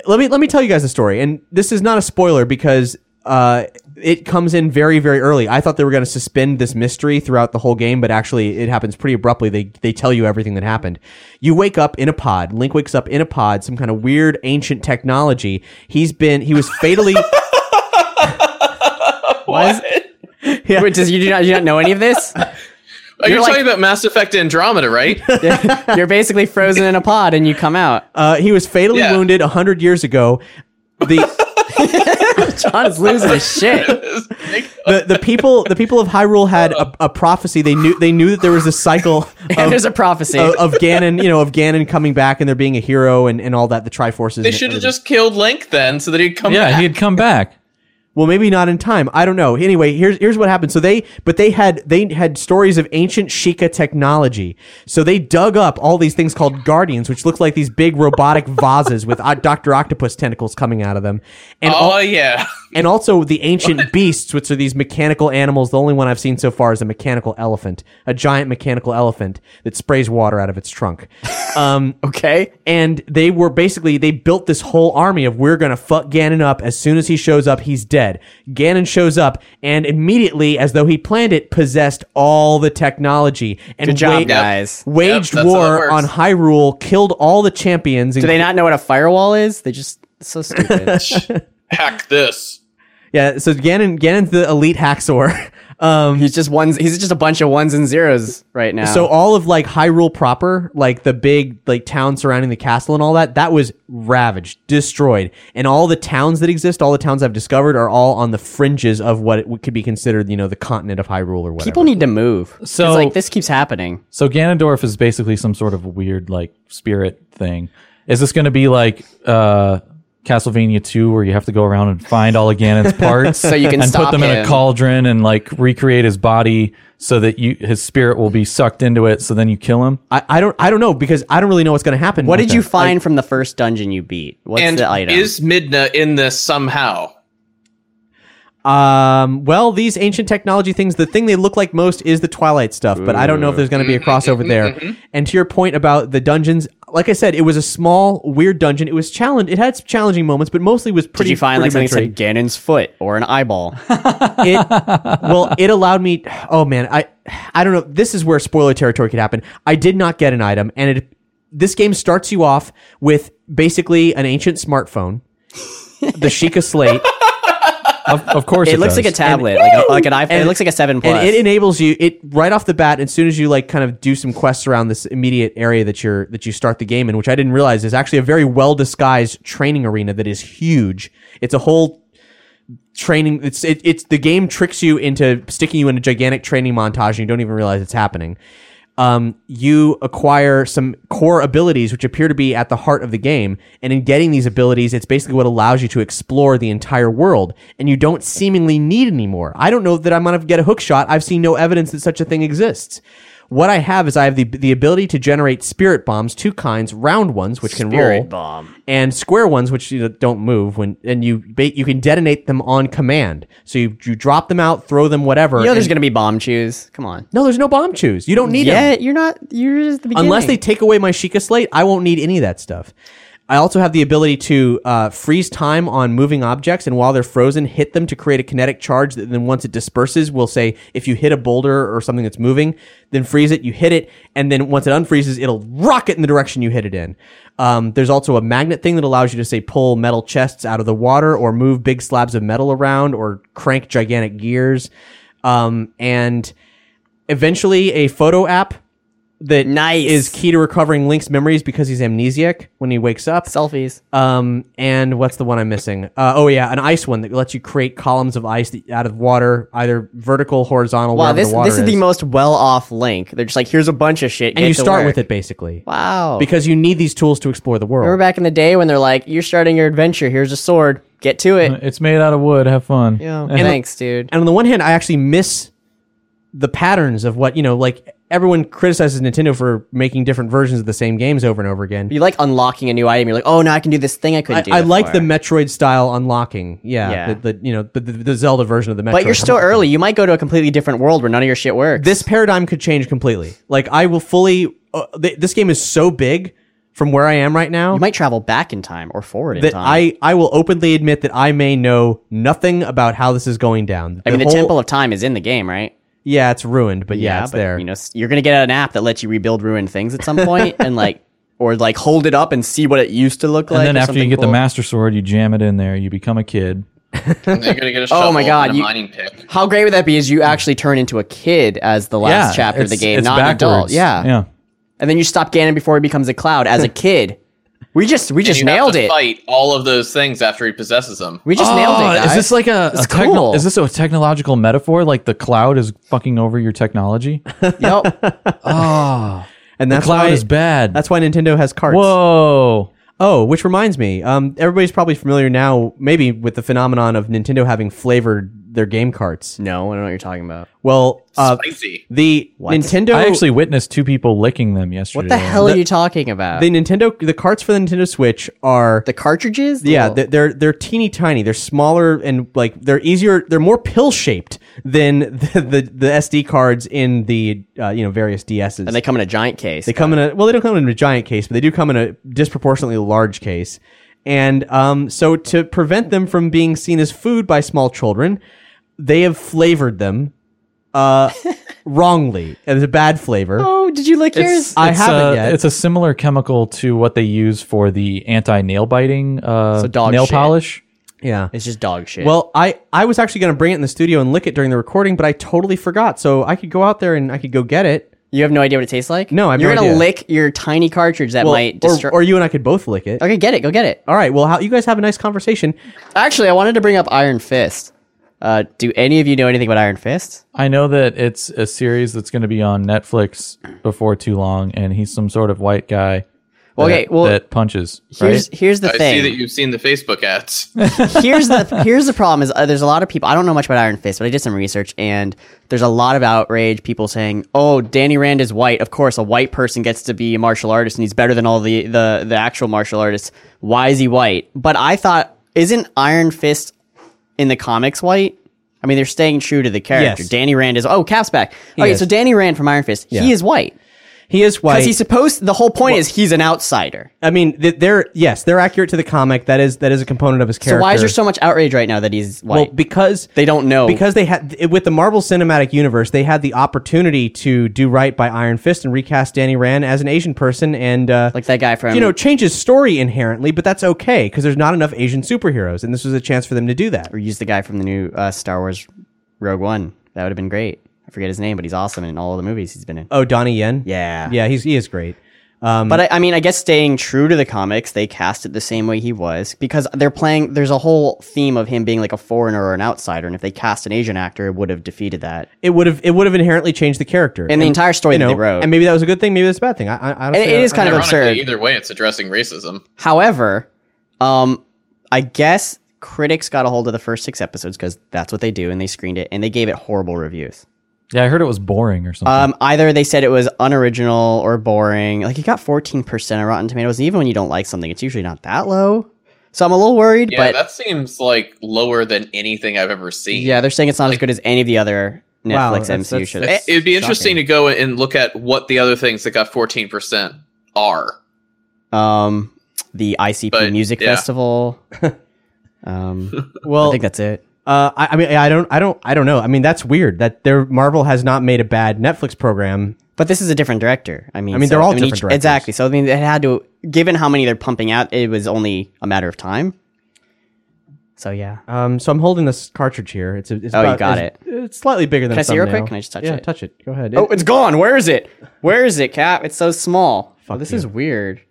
Speaker 1: let me let me tell you guys the story, and this is not a spoiler because uh, it comes in very very early. I thought they were going to suspend this mystery throughout the whole game, but actually it happens pretty abruptly. They they tell you everything that happened. You wake up in a pod. Link wakes up in a pod. Some kind of weird ancient technology. He's been he was fatally.
Speaker 2: Why is- Wait, does you do not, you not know any of this?
Speaker 4: Are you
Speaker 2: You're like-
Speaker 4: Oh, talking about Mass Effect Andromeda, right?
Speaker 2: You're basically frozen in a pod and you come out.
Speaker 1: Uh, he was fatally
Speaker 4: Yeah.
Speaker 1: wounded 100 years ago. The,
Speaker 2: John is losing his shit.
Speaker 1: the the people the people of Hyrule had a, a prophecy. They knew they knew that there was a cycle
Speaker 2: And
Speaker 1: of,
Speaker 2: there's a prophecy.
Speaker 1: of, of Ganon, you know, of Ganon coming back and there being a hero and, and all that. The Triforces.
Speaker 4: they
Speaker 1: and
Speaker 4: should have
Speaker 1: everything.
Speaker 4: just killed Link then, so that he'd come
Speaker 3: Yeah,
Speaker 4: back.
Speaker 3: he had come back.
Speaker 1: Well, maybe not in time. I don't know. Anyway, here's here's what happened. So they but they had they had stories of ancient Sheikah technology. So they dug up all these things called guardians, which looked like these big robotic vases with uh, Doctor Octopus tentacles coming out of them, and
Speaker 4: oh yeah,
Speaker 1: and also the ancient beasts, which are these mechanical animals. The only one I've seen so far is a mechanical elephant, a giant mechanical elephant that sprays water out of its trunk. Um,
Speaker 2: okay.
Speaker 1: and they were basically they built this whole army of we're gonna fuck Ganon up as soon as he shows up he's dead. Ganon shows up and immediately, as though he planned it, possessed all the technology and
Speaker 2: Good job,
Speaker 1: wa-
Speaker 2: guys.
Speaker 1: waged
Speaker 4: Yep, that's how it
Speaker 1: war
Speaker 4: works.
Speaker 1: on Hyrule, killed all the champions.
Speaker 2: Do they not know what a firewall is? They just it's so stupid.
Speaker 4: hack this.
Speaker 1: Yeah, so Ganon Ganon's the elite hacksaw. Um,
Speaker 2: he's just ones. He's just a bunch of ones and zeros right now.
Speaker 1: So all of like Hyrule proper, like the big like town surrounding the castle and all that, that was ravaged, destroyed, and all the towns that exist, all the towns I've discovered, are all on the fringes of what it could be considered, you know, the continent of Hyrule or whatever.
Speaker 2: people need to move.
Speaker 3: So-
Speaker 2: So like this keeps happening.
Speaker 3: So Ganondorf is basically some sort of weird like spirit thing. Is this going to be like uh, Castlevania 2 where you have to go around and find all of Ganon's parts so
Speaker 2: you can
Speaker 3: and put
Speaker 2: stop
Speaker 3: them in a
Speaker 2: him.
Speaker 3: cauldron and like recreate his body so that you his spirit will be sucked into it so then you kill him?
Speaker 1: I, I don't, I don't know because I don't really know what's going to happen.
Speaker 2: What did you find from the first dungeon you beat? What's
Speaker 4: and
Speaker 2: the item?
Speaker 4: is Midna in this somehow?
Speaker 1: Um, well, these ancient technology things, the thing they look like most is the Twilight stuff, but I don't know if there's going to be a crossover there. And to your point about the dungeons, like I said, it was a small, weird dungeon. It was challenged. It had some challenging moments, but mostly was
Speaker 2: Did
Speaker 1: pretty.
Speaker 2: you find like
Speaker 1: pretty
Speaker 2: something that
Speaker 1: rudimentary.
Speaker 2: said Ganon's foot or an eyeball?
Speaker 1: it well it allowed me oh man i i don't know this is where spoiler territory could happen i did not get an item and it this game starts you off with basically an ancient smartphone the Sheikah slate
Speaker 3: Of, of course it,
Speaker 2: it looks like a
Speaker 3: does.
Speaker 2: tablet, like, a, like an iPhone. It looks like a seven plus.
Speaker 1: and it enables you it right off the bat as soon as you like kind of do some quests around this immediate area that you're that you start the game in which i didn't realize is actually a very well disguised training arena that is huge it's a whole training it's it, it's the game tricks you into sticking you in a gigantic training montage and you don't even realize it's happening um, you acquire some core abilities which appear to be at the heart of the game and in getting these abilities it's basically what allows you to explore the entire world and you don't seemingly need anymore i don't know that i'm going to get a hook shot i've seen no evidence that such a thing exists what i have is i have the, the ability to generate spirit bombs two kinds round ones which can roll and square ones, which you know, don't move when, and you ba- you can detonate them on command. So you, you drop them out, throw them, whatever.
Speaker 2: you know, there's
Speaker 1: and-
Speaker 2: gonna be bomb chews. Come on.
Speaker 1: no, there's no bomb chews. You don't need
Speaker 2: Yeah,
Speaker 1: them
Speaker 2: you're not. You're just at the beginning.
Speaker 1: unless they take away my Sheikah slate. I won't need any of that stuff. I also have the ability to uh, freeze time on moving objects, and while they're frozen, hit them to create a kinetic charge. That then, once it disperses, will say if you hit a boulder or something that's moving, then freeze it. You hit it, and then once it unfreezes, it'll rocket in the direction you hit it in. Um, there's also a magnet thing that allows you to say pull metal chests out of the water, or move big slabs of metal around, or crank gigantic gears. Um, and eventually, a photo app that
Speaker 2: Nice.
Speaker 1: is key to recovering Link's memories because he's amnesiac when he wakes up.
Speaker 2: selfies.
Speaker 1: Um, and what's the one I'm missing? Uh, oh yeah, an ice one that lets you create columns of ice that- out of water, either vertical, horizontal.
Speaker 2: Wow,
Speaker 1: wherever
Speaker 2: this
Speaker 1: the water
Speaker 2: this is, the most well off link. They're just like, here's a bunch of shit.
Speaker 1: And you start with it basically.
Speaker 2: Wow.
Speaker 1: Because you need these tools to explore the
Speaker 2: Remember
Speaker 1: world.
Speaker 2: back in the day when they're like, you're starting your adventure. Here's a sword. Get to it.
Speaker 3: It's made out of wood. Have fun.
Speaker 2: Yeah.
Speaker 1: Uh,
Speaker 2: Thanks, dude.
Speaker 1: And on the one hand, I actually miss the patterns of what you know. Like everyone criticizes Nintendo for making different versions of the same games over and over again.
Speaker 2: You like unlocking a new item. You're like, oh, now I can do this thing I couldn't do.
Speaker 1: I, I like the
Speaker 2: before."
Speaker 1: Metroid style unlocking. Yeah,
Speaker 2: Yeah.
Speaker 1: The, the you know the, the, the Zelda version of the Metroid.
Speaker 2: But you're still early. You might go to a completely different world where none of your shit works.
Speaker 1: this paradigm could change completely. Like I will fully. Uh, th- this game is so big from where I am right now
Speaker 2: you might travel back in time or forward in
Speaker 1: that
Speaker 2: time.
Speaker 1: I I will openly admit that I may know nothing about how this is going down.
Speaker 2: I mean, the,
Speaker 1: whole-
Speaker 2: Temple of Time is in the game, right?
Speaker 1: Yeah, it's ruined, but yeah, it's
Speaker 2: but,
Speaker 1: there.
Speaker 2: You know, s- you're gonna get an app that lets you rebuild ruined things at some point, and like, or like hold it up and see what it used to look like.
Speaker 3: And then
Speaker 2: or
Speaker 3: after you
Speaker 2: something
Speaker 3: get the
Speaker 2: cool.
Speaker 3: master sword, you jam it in there, you become a kid.
Speaker 4: You're gonna get a shovel
Speaker 2: Oh my God,
Speaker 4: and a
Speaker 2: you-
Speaker 4: mining pick.
Speaker 2: How great would that be? Is you actually turn into a kid as the last chapter of the
Speaker 3: it's-
Speaker 2: game,
Speaker 3: it's
Speaker 2: not an adult.
Speaker 3: backwards.
Speaker 2: Yeah.
Speaker 3: yeah.
Speaker 2: and then you stop Ganon before he becomes a cloud as a kid. We just we just
Speaker 4: You
Speaker 2: nailed
Speaker 4: have to
Speaker 2: it.
Speaker 4: Fight all of those things after he possesses them.
Speaker 2: We just nailed it.
Speaker 3: Oh,
Speaker 2: Guys.
Speaker 3: Is this like a,
Speaker 2: It's
Speaker 3: a techno-
Speaker 2: cool.
Speaker 3: is this a technological metaphor? Like the cloud is fucking over your technology?
Speaker 2: Yep.
Speaker 1: And
Speaker 3: the
Speaker 1: that's
Speaker 3: cloud
Speaker 1: why,
Speaker 3: is bad.
Speaker 1: That's why Nintendo has carts.
Speaker 3: Whoa.
Speaker 1: Oh, which reminds me, um, everybody's probably familiar now, maybe with the phenomenon of Nintendo having flavored their game carts.
Speaker 2: no, I don't know what you're talking about.
Speaker 1: Well, uh,
Speaker 4: Spicy.
Speaker 1: the Nintendo.
Speaker 3: I actually witnessed two people licking them yesterday.
Speaker 2: What the hell are you talking about?
Speaker 1: the Nintendo, the carts for the Nintendo Switch are
Speaker 2: the cartridges?
Speaker 1: Yeah,
Speaker 2: The-
Speaker 1: they're- they're they're teeny tiny. They're smaller and like they're easier. They're more pill shaped than the, the the SD cards in the uh, you know various DSs.
Speaker 2: and they come in a giant case.
Speaker 1: They come in a well, they don't come in a giant case, but they do come in a disproportionately large case. And um, so to prevent them from being seen as food by small children, they have flavored them uh, wrongly. It's a bad flavor.
Speaker 2: oh, did you lick yours?
Speaker 1: I
Speaker 3: It's
Speaker 1: haven't
Speaker 3: a,
Speaker 1: yet.
Speaker 3: It's a similar chemical to what they use for the anti nail biting uh,
Speaker 2: So dog
Speaker 3: nail
Speaker 2: shit.
Speaker 3: polish.
Speaker 1: yeah.
Speaker 2: It's just dog shit.
Speaker 1: Well, I, I was actually going to bring it in the studio and lick it during the recording, but I totally forgot. So I could go out there and I could go get it.
Speaker 2: you have no idea what it tastes like.
Speaker 1: No, I have
Speaker 2: you're
Speaker 1: no
Speaker 2: gonna
Speaker 1: idea.
Speaker 2: lick your tiny cartridge that
Speaker 1: Well,
Speaker 2: might
Speaker 1: or,
Speaker 2: destroy.
Speaker 1: or you and I could both lick it.
Speaker 2: okay, get it. Go get it.
Speaker 1: All right. Well, how, you guys have a nice conversation.
Speaker 2: Actually, I wanted to bring up Iron Fist. Uh, do any of you know anything about Iron Fist?
Speaker 3: I know that it's a series that's going to be on Netflix before too long, and he's some sort of white guy.
Speaker 2: Well,
Speaker 3: that,
Speaker 2: okay, well-
Speaker 3: that punches. Right?
Speaker 2: Here's here's the
Speaker 4: I
Speaker 2: thing.
Speaker 4: see that you've seen the Facebook ads.
Speaker 2: here's the here's the problem is uh, there's a lot of people. I don't know much about Iron Fist, but I did some research, and there's a lot of outrage. People saying, "Oh, Danny Rand is white. Of course, a white person gets to be a martial artist, and he's better than all the the the actual martial artists. Why is he white?" But I thought, isn't Iron Fist in the comics white? I mean, they're staying true to the character.
Speaker 1: Yes.
Speaker 2: Danny Rand is oh, Cap's back. Okay,
Speaker 1: is.
Speaker 2: so Danny Rand from Iron Fist, he is white
Speaker 1: He is white.
Speaker 2: because he's supposed. The whole point is he's an outsider.
Speaker 1: I mean, th- they're yes, they're accurate to the comic. That is that is a component of his character.
Speaker 2: So why is there so much outrage right now that he's
Speaker 1: well
Speaker 2: white?
Speaker 1: because
Speaker 2: they don't know
Speaker 1: because they had th- with the Marvel Cinematic Universe, they had the opportunity to do right by Iron Fist and recast Danny Rand as an Asian person and uh,
Speaker 2: like that guy from
Speaker 1: you know change his story inherently, but that's okay because there's not enough Asian superheroes, and this was a chance for them to do that.
Speaker 2: or use the guy from the new uh, Star Wars Rogue One. That would have been great. I forget his name, but he's awesome in all of the movies he's been in.
Speaker 1: Oh, Donnie Yen.
Speaker 2: Yeah.
Speaker 1: yeah, he's he is great. Um,
Speaker 2: But I, I mean, I guess staying true to the comics, they cast it the same way he was because they're playing. There's a whole theme of him being like a foreigner or an outsider, and if they cast an Asian actor, it would have defeated that.
Speaker 1: It would have it would have inherently changed the character
Speaker 2: And the entire story
Speaker 1: you
Speaker 2: that
Speaker 1: know,
Speaker 2: they wrote.
Speaker 1: and maybe that was a good thing, maybe that's a bad thing. I, I, I don't
Speaker 2: And it is kind of
Speaker 4: Ironically,
Speaker 2: absurd.
Speaker 4: Either way, it's addressing racism.
Speaker 2: However, um, I guess critics got a hold of the first six episodes because that's what they do, and they screened it and they gave it horrible reviews.
Speaker 3: yeah, I heard it was boring or something.
Speaker 2: Um, either they said it was unoriginal or boring. Like it got 14% on Rotten Tomatoes. And even when you don't like something, it's usually not that low. So I'm a little worried,
Speaker 4: Yeah,
Speaker 2: but
Speaker 4: that seems like lower than anything I've ever seen.
Speaker 2: yeah, they're saying it's not as good as any of the other Netflix
Speaker 1: Wow, that's-
Speaker 2: MCU
Speaker 1: that's-
Speaker 2: shows.
Speaker 4: It's- it'd be interesting to go and look at what the other things that got 14% are.
Speaker 2: Um, the ICP
Speaker 4: But,
Speaker 2: Music
Speaker 4: yeah.
Speaker 2: Festival. um,
Speaker 1: well,
Speaker 2: I think that's it.
Speaker 1: Uh, I, I mean, I don't, I don't, I don't know. I mean, that's weird that their Marvel has not made a bad Netflix program.
Speaker 2: But this is a different director. I mean,
Speaker 1: I mean,
Speaker 2: so-
Speaker 1: they're all
Speaker 2: mean,
Speaker 1: different directors.
Speaker 2: Exactly. So I mean, it had to, given how many they're pumping out, it was only a matter of time. So yeah.
Speaker 1: Um, so I'm holding this cartridge here. It's, a, it's
Speaker 2: Oh, you
Speaker 1: about-
Speaker 2: got
Speaker 1: it's, It's slightly bigger than.
Speaker 2: Can I see real
Speaker 1: thumbnail.
Speaker 2: quick? Can I just touch
Speaker 1: yeah,
Speaker 2: it?
Speaker 1: touch it. Go ahead.
Speaker 2: Oh, it's gone. Where is it? Where is it, Cap? It's so small. Oh, this is weird.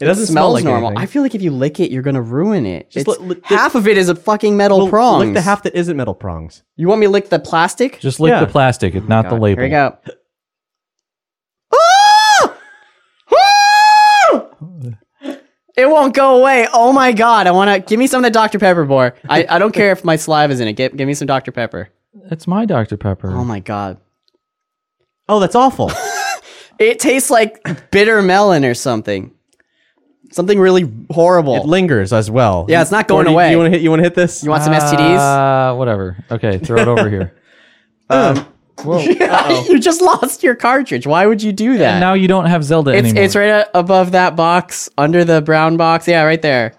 Speaker 1: it doesn't smell
Speaker 2: smells
Speaker 1: like
Speaker 2: normal.
Speaker 1: anything.
Speaker 2: I feel like if you lick it, you're gonna ruin it. It's,
Speaker 1: lick- lick-
Speaker 2: half of it is a fucking metal
Speaker 1: Well,
Speaker 2: prong.
Speaker 1: Lick the half that isn't metal prongs.
Speaker 2: You want me to lick the plastic?
Speaker 3: Just lick
Speaker 1: yeah.
Speaker 3: the plastic, it's not the label.
Speaker 2: Here we go.
Speaker 1: Ah!
Speaker 2: It won't go away. Oh my god! I want to give me some of that Dr Pepper boy. I, I don't care if my saliva is in it. Give, give me some Dr Pepper.
Speaker 3: It's my Dr. Pepper.
Speaker 2: Oh my god!
Speaker 1: Oh, that's awful.
Speaker 2: It tastes like bitter melon or something. Something really horrible.
Speaker 1: it lingers as well.
Speaker 2: Yeah, it's not
Speaker 1: Or
Speaker 2: going
Speaker 1: do you-
Speaker 2: away.
Speaker 1: You want to hit? You want to hit this?
Speaker 2: you want some STDs?
Speaker 3: Uh, whatever. Okay, throw it over here.
Speaker 2: Um,
Speaker 3: Oh,
Speaker 2: you just lost your cartridge. Why would you do that?
Speaker 3: And now you don't have Zelda
Speaker 2: It's
Speaker 3: anymore.
Speaker 2: it's right a- above that box, under the brown box. Yeah, right there.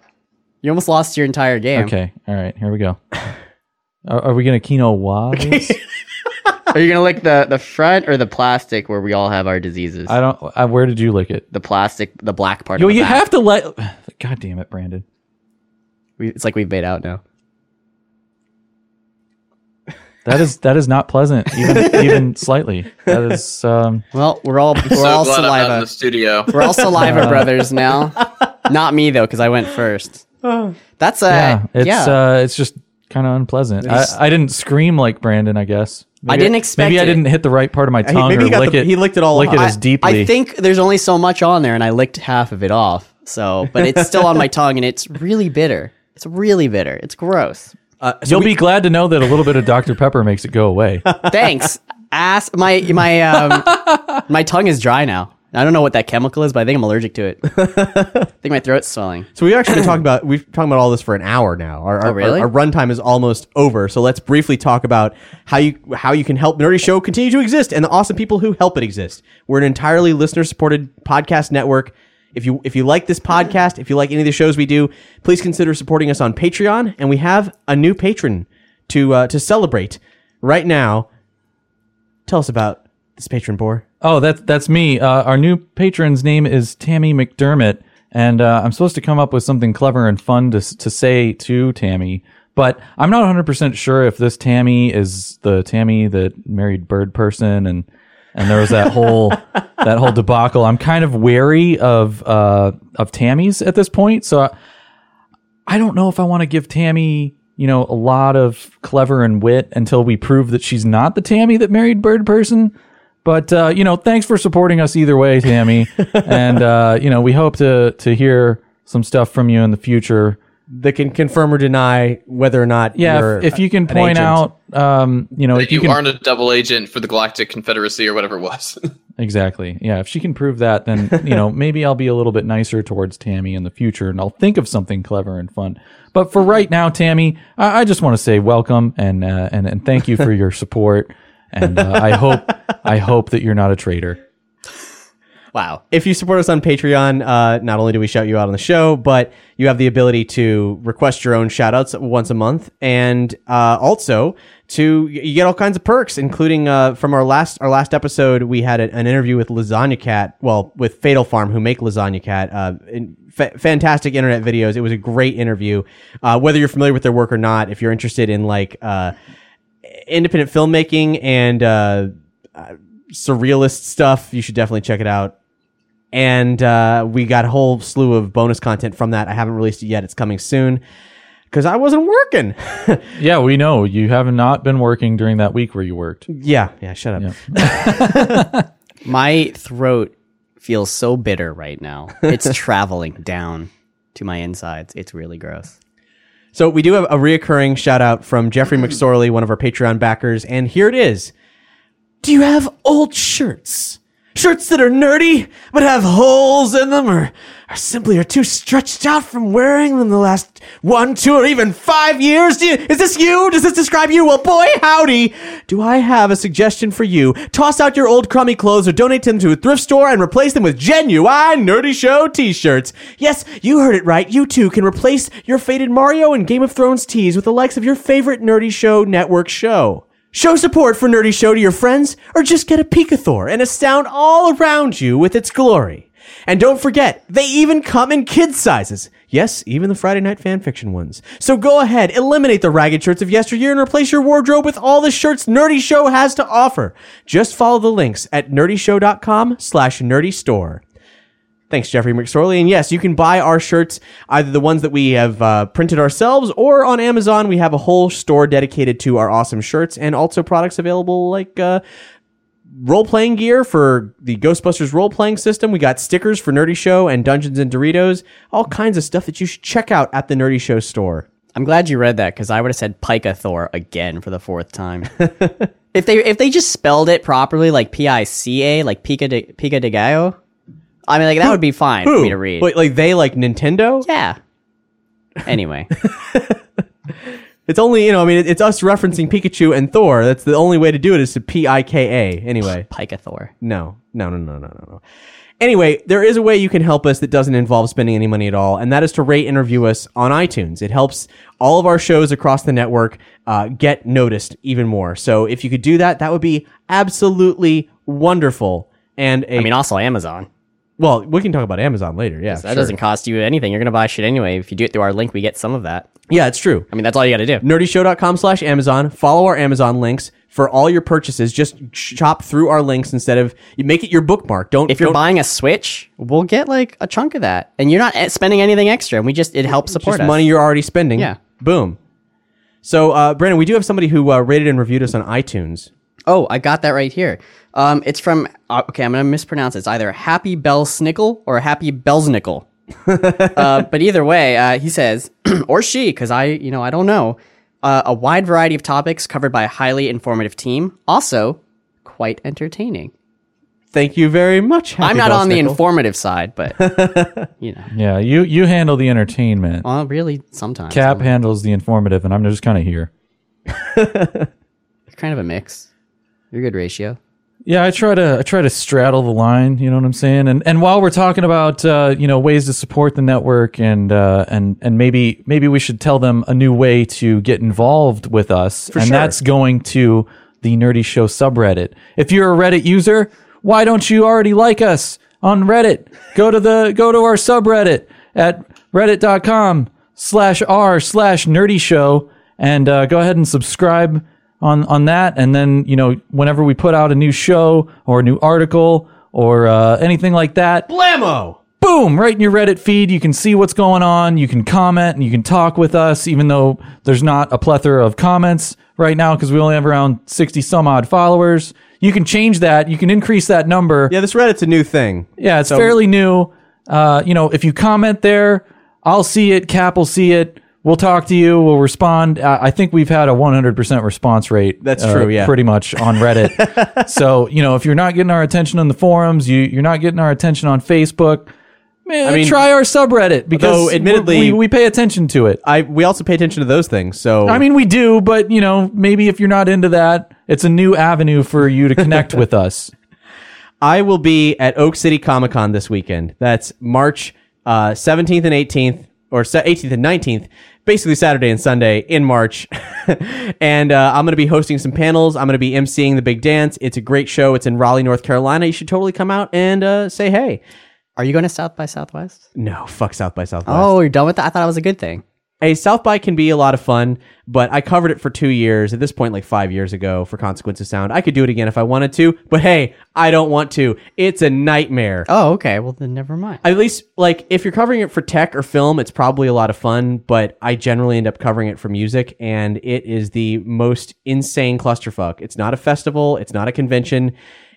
Speaker 2: You almost lost your entire game.
Speaker 3: Okay, all right, here we go. Are, are we gonna Kino wa? this?
Speaker 2: Are you gonna lick the the front or the plastic where we all have our diseases?
Speaker 3: I don't. I, where did you lick it?
Speaker 2: the plastic, the black part.
Speaker 3: Yo,
Speaker 2: of the
Speaker 3: you
Speaker 2: back.
Speaker 3: have to let. God damn it, Brandon.
Speaker 2: We We, it's like we've made out now.
Speaker 3: That is that is not pleasant, even even slightly. That is um,
Speaker 2: Well, we're all we're
Speaker 4: so
Speaker 2: all
Speaker 4: glad I'm not in
Speaker 2: saliva.
Speaker 4: the studio.
Speaker 2: We're all saliva brothers now. Not me though, because I went first. That's a
Speaker 3: yeah,
Speaker 2: yeah.
Speaker 3: it's uh, it's just kind of unpleasant. I, I didn't scream like Brandon, I guess.
Speaker 2: I didn't expect
Speaker 3: Maybe I
Speaker 2: it.
Speaker 3: didn't hit the right part of my tongue.
Speaker 1: maybe
Speaker 3: or
Speaker 1: he got
Speaker 3: lick
Speaker 1: the-
Speaker 3: it,
Speaker 1: he licked it all
Speaker 3: Lick
Speaker 1: off.
Speaker 3: it
Speaker 2: I,
Speaker 3: as deeply.
Speaker 2: I think there's only so much on there, and I licked half of it off. So, but it's still on my tongue, and it's really bitter. It's really bitter. It's gross.
Speaker 3: You'll be glad to know that a little bit of Dr Pepper makes it go away.
Speaker 2: Thanks, ass. My my um, my tongue is dry now. I don't know what that chemical is, but I think I'm allergic to it. I think my throat's swelling.
Speaker 1: So we've actually been talking about we've been talking about all this for an hour now. Our, our,
Speaker 2: really?
Speaker 1: our, our runtime is almost over. So let's briefly talk about how you how you can help Nerdy Show continue to exist and the awesome people who help it exist. We're an entirely listener supported podcast network. If you if you like this podcast, if you like any of the shows we do, please consider supporting us on Patreon. And we have a new patron to uh, to celebrate right now. Tell us about this patron, Boar.
Speaker 3: Oh, that's that's me. Uh, our new patron's name is Tammy McDermott, and uh, I'm supposed to come up with something clever and fun to s- to say to Tammy, but I'm not 100 percent sure if this Tammy is the Tammy that married Bird Person, and and there was that whole that whole debacle. I'm kind of wary of uh, of Tammys at this point, so. I, I don't know if I want to give Tammy, you know, a lot of clever and wit until we prove that she's not the Tammy that married Bird Person. But uh, you know, thanks for supporting us either way, Tammy. and uh, you know, we hope to to hear some stuff from you in the future.
Speaker 1: That can confirm or deny whether or not
Speaker 3: Yeah,
Speaker 1: you're
Speaker 3: if, if you can
Speaker 1: an
Speaker 3: point
Speaker 1: agent.
Speaker 3: out, um, you know, if
Speaker 4: you
Speaker 3: you can
Speaker 4: aren't a double agent for the Galactic Confederacy or whatever it was.
Speaker 3: Exactly. Yeah. If she can prove that, then, you know, maybe I'll be a little bit nicer towards Tammy in the future and I'll think of something clever and fun. But for right now, Tammy, I, I just want to say welcome and, uh, and, and thank you for your support. And uh, I hope, I hope that you're not a traitor.
Speaker 2: Wow.
Speaker 1: if you support us on Patreon, uh, not only do we shout you out on the show, but you have the ability to request your own shout outs once a month. And uh, also to you get all kinds of perks, including uh, from our last our last episode, we had a- an interview with Lasagna Cat, well, with Fatal Farm, who make Lasagna Cat. Uh, in, fa- fantastic internet videos. It was a great interview. Uh, whether you're familiar with their work or not, if you're interested in like uh, independent filmmaking and uh, uh, surrealist stuff, you should definitely check it out and uh, we got a whole slew of bonus content from that. I haven't released it yet; it's coming soon because I wasn't working.
Speaker 3: Yeah. We know you have not been working during that week where you worked.
Speaker 1: yeah, yeah. Shut up.
Speaker 2: My throat feels so bitter right now. It's traveling down to my insides. It's really gross.
Speaker 1: So we do have a reoccurring shout out from Jeffrey McSorley, one of our Patreon backers, and here it is. Do you have old shirts? Shirts that are nerdy but have holes in them or, or simply are too stretched out from wearing them the last one, two, or even five years? Do you, is this you? Does this describe you? Well, boy, howdy! Do I have a suggestion for you? Toss out your old crummy clothes or donate them to a thrift store and replace them with genuine Nerdy Show t shirts. Yes, you heard it right. You too can replace your faded Mario and Game of Thrones tees with the likes of your favorite Nerdy Show network show. Show support for Nerdy Show to your friends, or just get a Picathor and astound all around you with its glory. And don't forget, they even come in kid sizes. Yes, even the Friday night fanfiction ones. So go ahead, eliminate the ragged shirts of yesteryear and replace your wardrobe with all the shirts Nerdy Show has to offer. Just follow the links at nerdyshow.com slash nerdystore. Thanks, Jeffrey McSorley. And yes, you can buy our shirts, either the ones that we have uh, printed ourselves or on Amazon. We have a whole store dedicated to our awesome shirts and also products available like uh, role playing gear for the Ghostbusters role playing system. We got stickers for Nerdy Show and Dungeons and Doritos, all kinds of stuff that you should check out at the Nerdy Show store.
Speaker 2: I'm glad you read that because I would have said Pika Thor again for the fourth time. if they if they just spelled it properly, like P I C A, like Pika de, Pika de Gallo, I mean, like that would be fine for me to read.
Speaker 1: Wait, like they like Nintendo?
Speaker 2: Yeah. Anyway,
Speaker 1: It's only, you know, I mean, it's us referencing Pikachu and Thor. That's the only way to do it is to P I K A. Anyway.
Speaker 2: Pika Thor.
Speaker 1: No, no, no, no, no, no, no. Anyway, there is a way you can help us that doesn't involve spending any money at all, and that is to rate and review us on iTunes. It helps all of our shows across the network uh, get noticed even more. So if you could do that, that would be absolutely wonderful. And a
Speaker 2: I mean, also Amazon.
Speaker 1: Well, we can talk about Amazon later. Yeah,
Speaker 2: that
Speaker 1: sure.
Speaker 2: doesn't cost you anything. You're gonna buy shit anyway. If you do it through our link, we get some of that.
Speaker 1: Yeah, it's true.
Speaker 2: I mean, that's all you got to do.
Speaker 1: nerdyshow.com slash amazon follow our amazon links for all your purchases just shop through our links instead of you make it your bookmark don't
Speaker 2: If you're
Speaker 1: don't-
Speaker 2: buying a Switch, we'll get like a chunk of that, and you're not eh, spending anything extra. And we just it helps
Speaker 1: just
Speaker 2: support us.
Speaker 1: money you're already spending
Speaker 2: Yeah.
Speaker 1: boom so uh brandon we do have somebody who uh, rated and reviewed us on itunes
Speaker 2: Oh, I got that right here. Um, it's from uh, okay. I'm gonna mispronounce it. It's either Happy Bell Snickle or Happy Bellsnickel. uh, but either way, uh, he says or she, because I, you know, I don't know. Uh, a wide variety of topics covered by a highly informative team. Also, quite entertaining.
Speaker 1: thank you very much Happy
Speaker 2: I'm not
Speaker 1: Bell
Speaker 2: on the
Speaker 1: Snickle.
Speaker 2: informative side, but you know,
Speaker 3: Yeah, you you handle the entertainment.
Speaker 2: well, really, sometimes
Speaker 3: Cap
Speaker 2: I'm
Speaker 3: handles the informative, and I'm just kind of here.
Speaker 2: kind of a mix. You're a good ratio.
Speaker 3: Yeah, I try to I try to straddle the line. You know what I'm saying? And and while we're talking about uh, you know ways to support the network and uh, and and maybe maybe we should tell them a new way to get involved with us, and that's going to the Nerdy Show subreddit. If you're a Reddit user, why don't you already like us on Reddit? Go to the go to our subreddit at reddit.com slash r slash nerdy show and uh, go ahead and subscribe on on that and then you know whenever we put out a new show or a new article or uh, anything like that
Speaker 1: blammo
Speaker 3: boom right in your reddit feed you can see what's going on you can comment and you can talk with us even though there's not a plethora of comments right now because we only have around 60 some odd followers you can change that you can increase that number
Speaker 1: yeah this reddit's a new thing
Speaker 3: yeah, it's fairly new. Uh, you know, if you comment there, I'll see it. Cap will see it. We'll talk to you. We'll respond. Uh, I think we've had a 100% response rate.
Speaker 1: That's
Speaker 3: uh,
Speaker 1: true, yeah.
Speaker 3: Pretty much on Reddit. so, you know, if you're not getting our attention on the forums, you, you're not getting our attention on Facebook, man,
Speaker 1: mean,
Speaker 3: try our subreddit because
Speaker 1: though, admittedly-
Speaker 3: we, we pay attention to it.
Speaker 1: i we also pay attention to those things so
Speaker 3: I mean, we do, but, you know, maybe if you're not into that, it's a new avenue for you to connect with us.
Speaker 1: I will be at Oak City Comic Con this weekend. That's March uh, 17th and 18th, or se- 18th and 19th, basically Saturday and Sunday in March. and uh, I'm going to be hosting some panels. I'm going to be emceeing the big dance. It's a great show. It's in Raleigh, North Carolina. You should totally come out and uh, say hey.
Speaker 2: Are you going to South by Southwest?
Speaker 1: No, fuck South by Southwest.
Speaker 2: Oh, you're done with that. I thought it was a good thing.
Speaker 1: Hey, South by can be a lot of fun, but I covered it for two years. At this point, like five years ago, for Consequence of Sound, I could do it again if I wanted to. But hey, I don't want to. It's a nightmare.
Speaker 2: Oh, okay. Well, then never mind.
Speaker 1: at least like if you're covering it for tech or film it's probably a lot of fun but i generally end up covering it for music and it is the most insane clusterfuck it's not a festival it's not a convention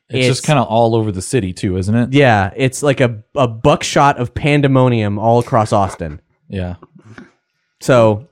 Speaker 3: It's, just kind of all over the city, too, isn't it?
Speaker 1: yeah it's like a, a buckshot of pandemonium all across austin
Speaker 3: Yeah.
Speaker 1: so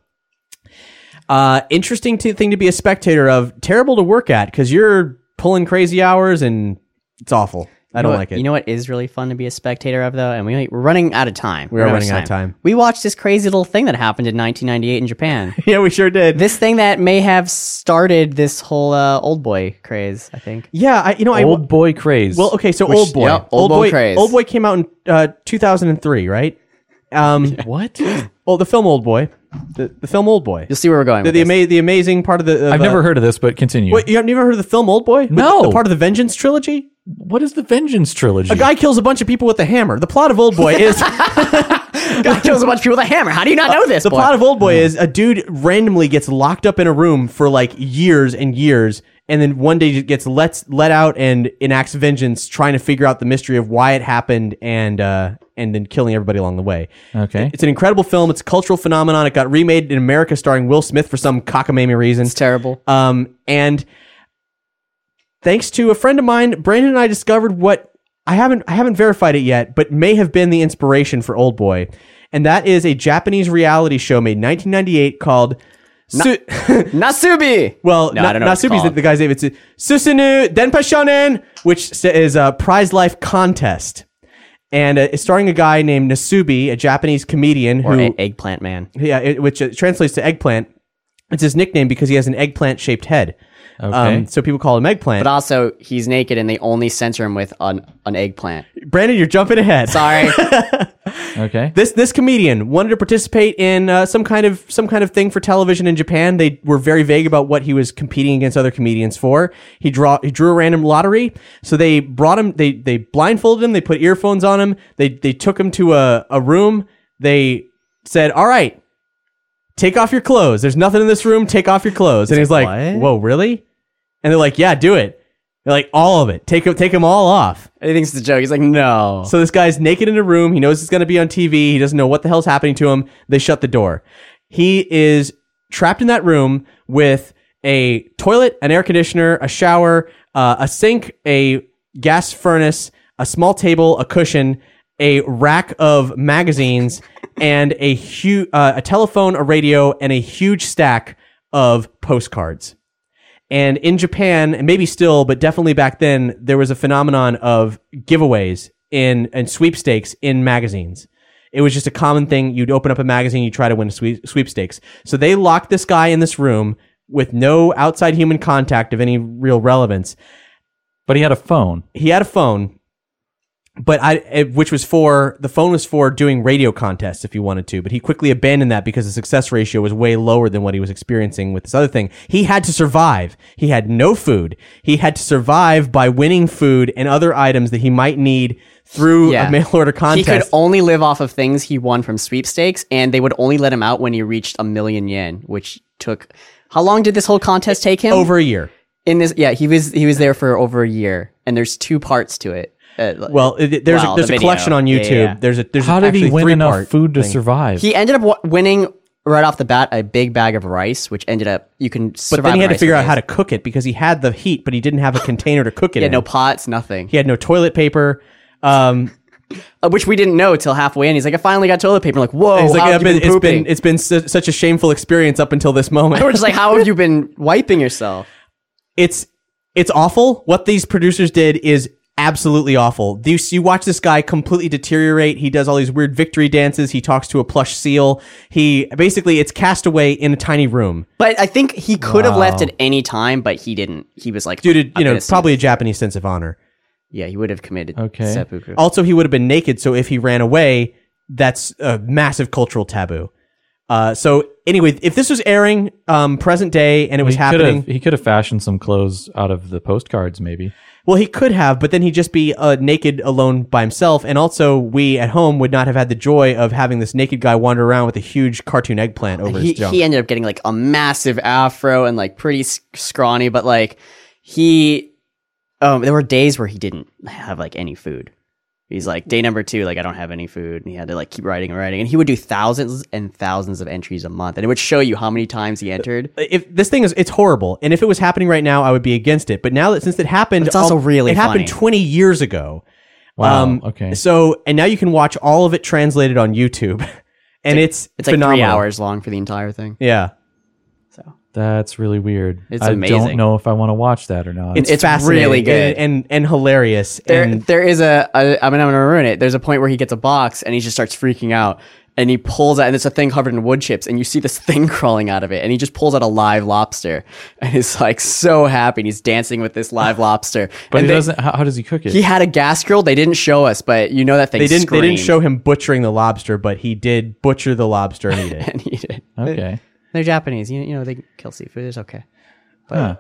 Speaker 1: uh interesting to, thing to be a spectator of terrible to work at because you're pulling crazy hours and it's awful i don't
Speaker 2: know what-
Speaker 1: like it
Speaker 2: You know what is really fun to be a spectator of though, and we, we're running out of time.
Speaker 1: We are
Speaker 2: We're
Speaker 1: running out of time.
Speaker 2: We watched this crazy little thing that happened in 1998 in Japan.
Speaker 1: yeah we sure did
Speaker 2: this thing that may have started this whole uh, old boy craze. I think.
Speaker 1: yeah I, you know i
Speaker 3: Old boy craze.
Speaker 1: Well, okay, so old boy,
Speaker 2: yeah,
Speaker 1: old
Speaker 2: Old Boy
Speaker 1: boy,
Speaker 2: craze.
Speaker 1: old boy came out in uh, 2003, right? Um, what? Well, the film Old Boy, the, the film Old Boy,
Speaker 2: You'll see where we're going.
Speaker 1: the,
Speaker 2: With
Speaker 1: the,
Speaker 2: this.
Speaker 1: ama- the amazing part of the. Of,
Speaker 3: I've
Speaker 1: uh,
Speaker 3: never heard of this, but continue.
Speaker 1: Wait, you have never heard of the film Old Boy?
Speaker 3: No.
Speaker 1: the part of the Vengeance trilogy.
Speaker 3: what is the Vengeance trilogy?
Speaker 1: A guy kills a bunch of people with a hammer. The plot of Old Boy is
Speaker 2: God kills a bunch of people with a hammer. How do you not know this?
Speaker 1: Uh, the
Speaker 2: boy?
Speaker 1: plot of Old Boy is a dude randomly gets locked up in a room for like years and years, and then one day just gets let let out and enacts vengeance, trying to figure out the mystery of why it happened and uh, and then killing everybody along the way.
Speaker 3: Okay.
Speaker 1: it's an incredible film. It's a cultural phenomenon. It got remade in America, starring Will Smith for some cockamamie reason.
Speaker 2: It's terrible.
Speaker 1: Um, and thanks to a friend of mine, Brandon and I discovered what I haven't I haven't verified it yet, but may have been the inspiration for Old Boy, and that is a Japanese reality show made in 1998 called. Su-
Speaker 2: Nasubi.
Speaker 1: well,
Speaker 2: No,
Speaker 1: Na-
Speaker 2: I don't know what it's
Speaker 1: Nasubi's the,
Speaker 2: called.
Speaker 1: the guy's name. It's uh, Susunu Denpa Shonen, which sa- is a prize life contest, and uh, it's starring a guy named Nasubi, a Japanese comedian
Speaker 2: Or
Speaker 1: who
Speaker 2: a- eggplant man.
Speaker 1: yeah, it, which uh, translates to eggplant. It's his nickname because he has an eggplant shaped head.
Speaker 3: Okay.
Speaker 1: so people call him eggplant.
Speaker 2: But also, he's naked and they only censor him with an, an eggplant.
Speaker 1: Brandon, you're jumping ahead.
Speaker 2: Sorry.
Speaker 3: Okay.
Speaker 1: This this comedian wanted to participate in uh, some kind of some kind of thing for television in Japan. They were very vague about what he was competing against other comedians for. He draw he drew a random lottery. So they brought him. They they blindfolded him. They put earphones on him. They they took him to a, a room. They said, "All right, take off your clothes. There's nothing in this room. Take off your clothes." And he's like,
Speaker 2: What?
Speaker 1: "Whoa, really?" And they're like, "Yeah, do it." They're like, "All of it. Take 'em- take them all off."
Speaker 2: he thinks it's a joke. He's like, no.
Speaker 1: So this guy's naked in a room. He knows it's going to be on TV. He doesn't know what the hell's happening to him. They shut the door. He is trapped in that room with a toilet, an air conditioner, a shower, uh, a sink, a gas furnace, a small table, a cushion, a rack of magazines, and a huge uh, a telephone, a radio, and a huge stack of postcards. And in Japan, and maybe still, but definitely back then, there was a phenomenon of giveaways in and sweepstakes in magazines. It was just a common thing. You'd open up a magazine, you try to win a sweep, sweepstakes. So they locked this guy in this room with no outside human contact of any real relevance.
Speaker 3: But he had a phone.
Speaker 1: He had a phone, but I, it- which was for the phone was for doing radio contests if you wanted to. But he quickly abandoned that because the success ratio was way lower than what he was experiencing with this other thing. He had to survive. He had no food. He had to survive by winning food and other items that he might need through
Speaker 2: Yeah.
Speaker 1: a mail order
Speaker 2: He
Speaker 1: contest.
Speaker 2: could only live off of things he won from sweepstakes, and they would only let him out when he reached a million yen, which took. How long did this whole contest take him?
Speaker 1: over a year.
Speaker 2: in this, yeah, he was he was there for over a year, and there's two parts to it. Uh,
Speaker 1: Well, it, it- there's
Speaker 2: Wow,
Speaker 1: a, there's
Speaker 2: the
Speaker 1: a
Speaker 2: video.
Speaker 1: collection on
Speaker 2: Yeah,
Speaker 1: YouTube.
Speaker 2: yeah, yeah.
Speaker 1: There's a there's
Speaker 3: How did he
Speaker 1: actually
Speaker 3: win enough
Speaker 1: three-part
Speaker 3: food to
Speaker 1: thing.
Speaker 3: survive?
Speaker 2: He ended up w- winning right off the bat a big bag of rice, which ended up you can survive.
Speaker 1: But then he had to
Speaker 2: rice
Speaker 1: figure
Speaker 2: for
Speaker 1: out how to
Speaker 2: days.
Speaker 1: cook it because he had the heat, but he didn't have a container to cook it.
Speaker 2: He had
Speaker 1: in.
Speaker 2: no pots, nothing,
Speaker 1: He had no toilet paper. Um,
Speaker 2: Uh, which we didn't know till halfway in. He's like, I finally got toilet paper. I'm like, whoa,
Speaker 1: he's like,
Speaker 2: Oh, how
Speaker 1: "Yeah,
Speaker 2: have you
Speaker 1: but
Speaker 2: been
Speaker 1: it's
Speaker 2: pooping?
Speaker 1: been it's been su- such a shameful experience up until this moment.
Speaker 2: We're just like, how have you been wiping yourself?
Speaker 1: it's it's awful. What these producers did is absolutely awful. You, you watch this guy completely deteriorate. He does all these weird victory dances. He talks to a plush seal. He basically it's Castaway in a tiny room.
Speaker 2: But I think he could have left at any time, but he didn't. He was like,
Speaker 1: Due to
Speaker 2: "I'm
Speaker 1: you know
Speaker 2: gonna see
Speaker 1: probably
Speaker 2: it."
Speaker 1: a Japanese sense of honor.
Speaker 2: Yeah, he would have committed
Speaker 3: Okay.
Speaker 2: seppuku.
Speaker 1: Also, he would have been naked, so if he ran away, that's a massive cultural taboo. Uh, so anyway, if this was airing um, present day and it was
Speaker 3: he
Speaker 1: happening,
Speaker 3: Could have, he could have fashioned some clothes out of the postcards, maybe.
Speaker 1: well, he could have, but then he'd just be uh, naked alone by himself, and also we at home would not have had the joy of having this naked guy wander around with a huge cartoon eggplant over
Speaker 2: he,
Speaker 1: his junk.
Speaker 2: he ended up getting like a massive afro and like pretty sc- scrawny, but like he, um, there were days where he didn't have like any food. He's like day number two, like I don't have any food, and he had to like keep writing and writing, and he would do thousands and thousands of entries a month, and it would show you how many times he entered.
Speaker 1: if this thing is it's horrible and if it was happening right now i would be against it but now that since it happened
Speaker 2: It's also
Speaker 1: al-
Speaker 2: really
Speaker 1: it happened
Speaker 2: funny.
Speaker 1: 20 years ago um,
Speaker 3: Wow, okay.
Speaker 1: so and now you can watch all of it translated on youtube and it's
Speaker 2: It's like
Speaker 1: phenomenal.
Speaker 2: three hours long for the entire thing.
Speaker 1: yeah
Speaker 3: That's really weird.
Speaker 2: It's
Speaker 3: I
Speaker 2: amazing.
Speaker 3: don't know if I want to watch that or not.
Speaker 1: it's,
Speaker 2: It's
Speaker 1: fascinating
Speaker 2: really good.
Speaker 1: and and, and hilarious
Speaker 2: There,
Speaker 1: and
Speaker 2: there is a, a. I mean, I'm gonna ruin it. There's a point where he gets a box and he just starts freaking out, and he pulls out, and it's a thing covered in wood chips, and you see this thing crawling out of it, and he just pulls out a live lobster, and is like so happy, and he's dancing with this live lobster.
Speaker 3: but
Speaker 2: and
Speaker 3: he
Speaker 2: they-
Speaker 3: doesn't. How, how does he cook it?
Speaker 2: He had a gas grill. They didn't show us, but you know that thing.
Speaker 1: they didn't they didn't
Speaker 2: screamed
Speaker 1: show him butchering the lobster but he did butcher the lobster and eat it
Speaker 2: And he did.
Speaker 3: okay.
Speaker 2: They're Japanese. You, you know they kill seafood. It's okay.
Speaker 3: Huh.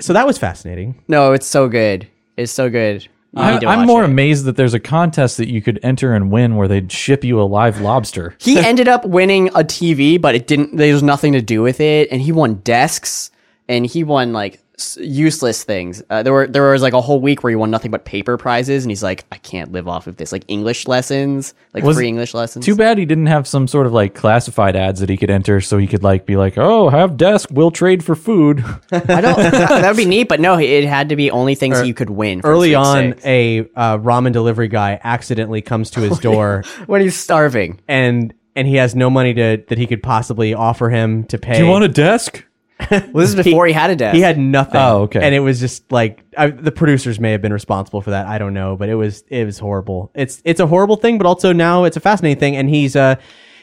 Speaker 1: so that was fascinating
Speaker 2: No, it's so good. It's so good. You need
Speaker 3: I,
Speaker 2: to
Speaker 3: I'm
Speaker 2: watch
Speaker 3: more
Speaker 2: it.
Speaker 3: amazed that there's a contest that you could enter and win where they'd ship you a live lobster.
Speaker 2: he ended up winning a TV, but it didn't. There was nothing to do with it, and he won desks, and he won like s- useless things. Uh, there were there was like a whole week where he won nothing but paper prizes, and he's like, I can't live off of this. Like English lessons, like
Speaker 3: Was-
Speaker 2: free English lessons.
Speaker 3: Too bad he didn't have some sort of like classified ads that he could enter so he could like be like, oh, have desk, we'll trade for food.
Speaker 2: I don't. that would be neat, but no, it had to be only things you could win. from
Speaker 1: early
Speaker 2: Sweet
Speaker 1: on
Speaker 2: Six.
Speaker 1: a uh, ramen delivery guy accidentally comes to
Speaker 3: Oh,
Speaker 1: his door
Speaker 2: when he's starving,
Speaker 1: and and he has no money to that he could possibly offer him to pay.
Speaker 3: Do you want a desk?
Speaker 2: well, this is before he, had a desk.
Speaker 1: He had nothing.
Speaker 3: Oh, okay.
Speaker 1: And it was just like I, the producers may have been responsible for that. I don't know, but it was it was horrible. It's it's a horrible thing, but also now it's a fascinating thing. And he's uh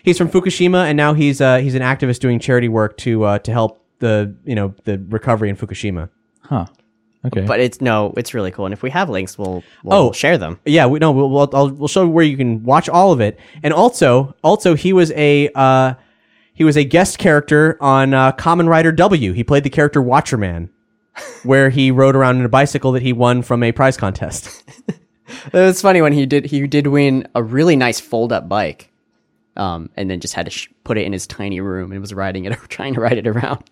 Speaker 1: he's from Fukushima, and now he's uh he's an activist doing charity work to uh to help the you know the recovery in Fukushima.
Speaker 3: Huh. Okay.
Speaker 2: But it's no, it's really cool. And if we have links, we'll, we'll
Speaker 1: Oh.
Speaker 2: share them.
Speaker 1: Yeah, we no, we'll we'll, I'll, we'll show you where you can watch all of it. And also, also he was a uh, he was a guest character on uh, Common Rider W. He played the character Watcherman, where he rode around in a bicycle that he won from a prize contest.
Speaker 2: It was funny when he did he did win a really nice fold up bike, um, and then just had to sh- put it in his tiny room and was riding it trying to ride it around.